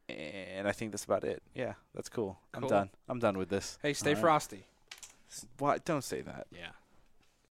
A: And I think that's about it. Yeah, that's cool. I'm
C: Cool.
A: done. I'm done with this.
C: Hey, stay
D: All right.
C: frosty.
A: Why? Don't say that.
C: Yeah.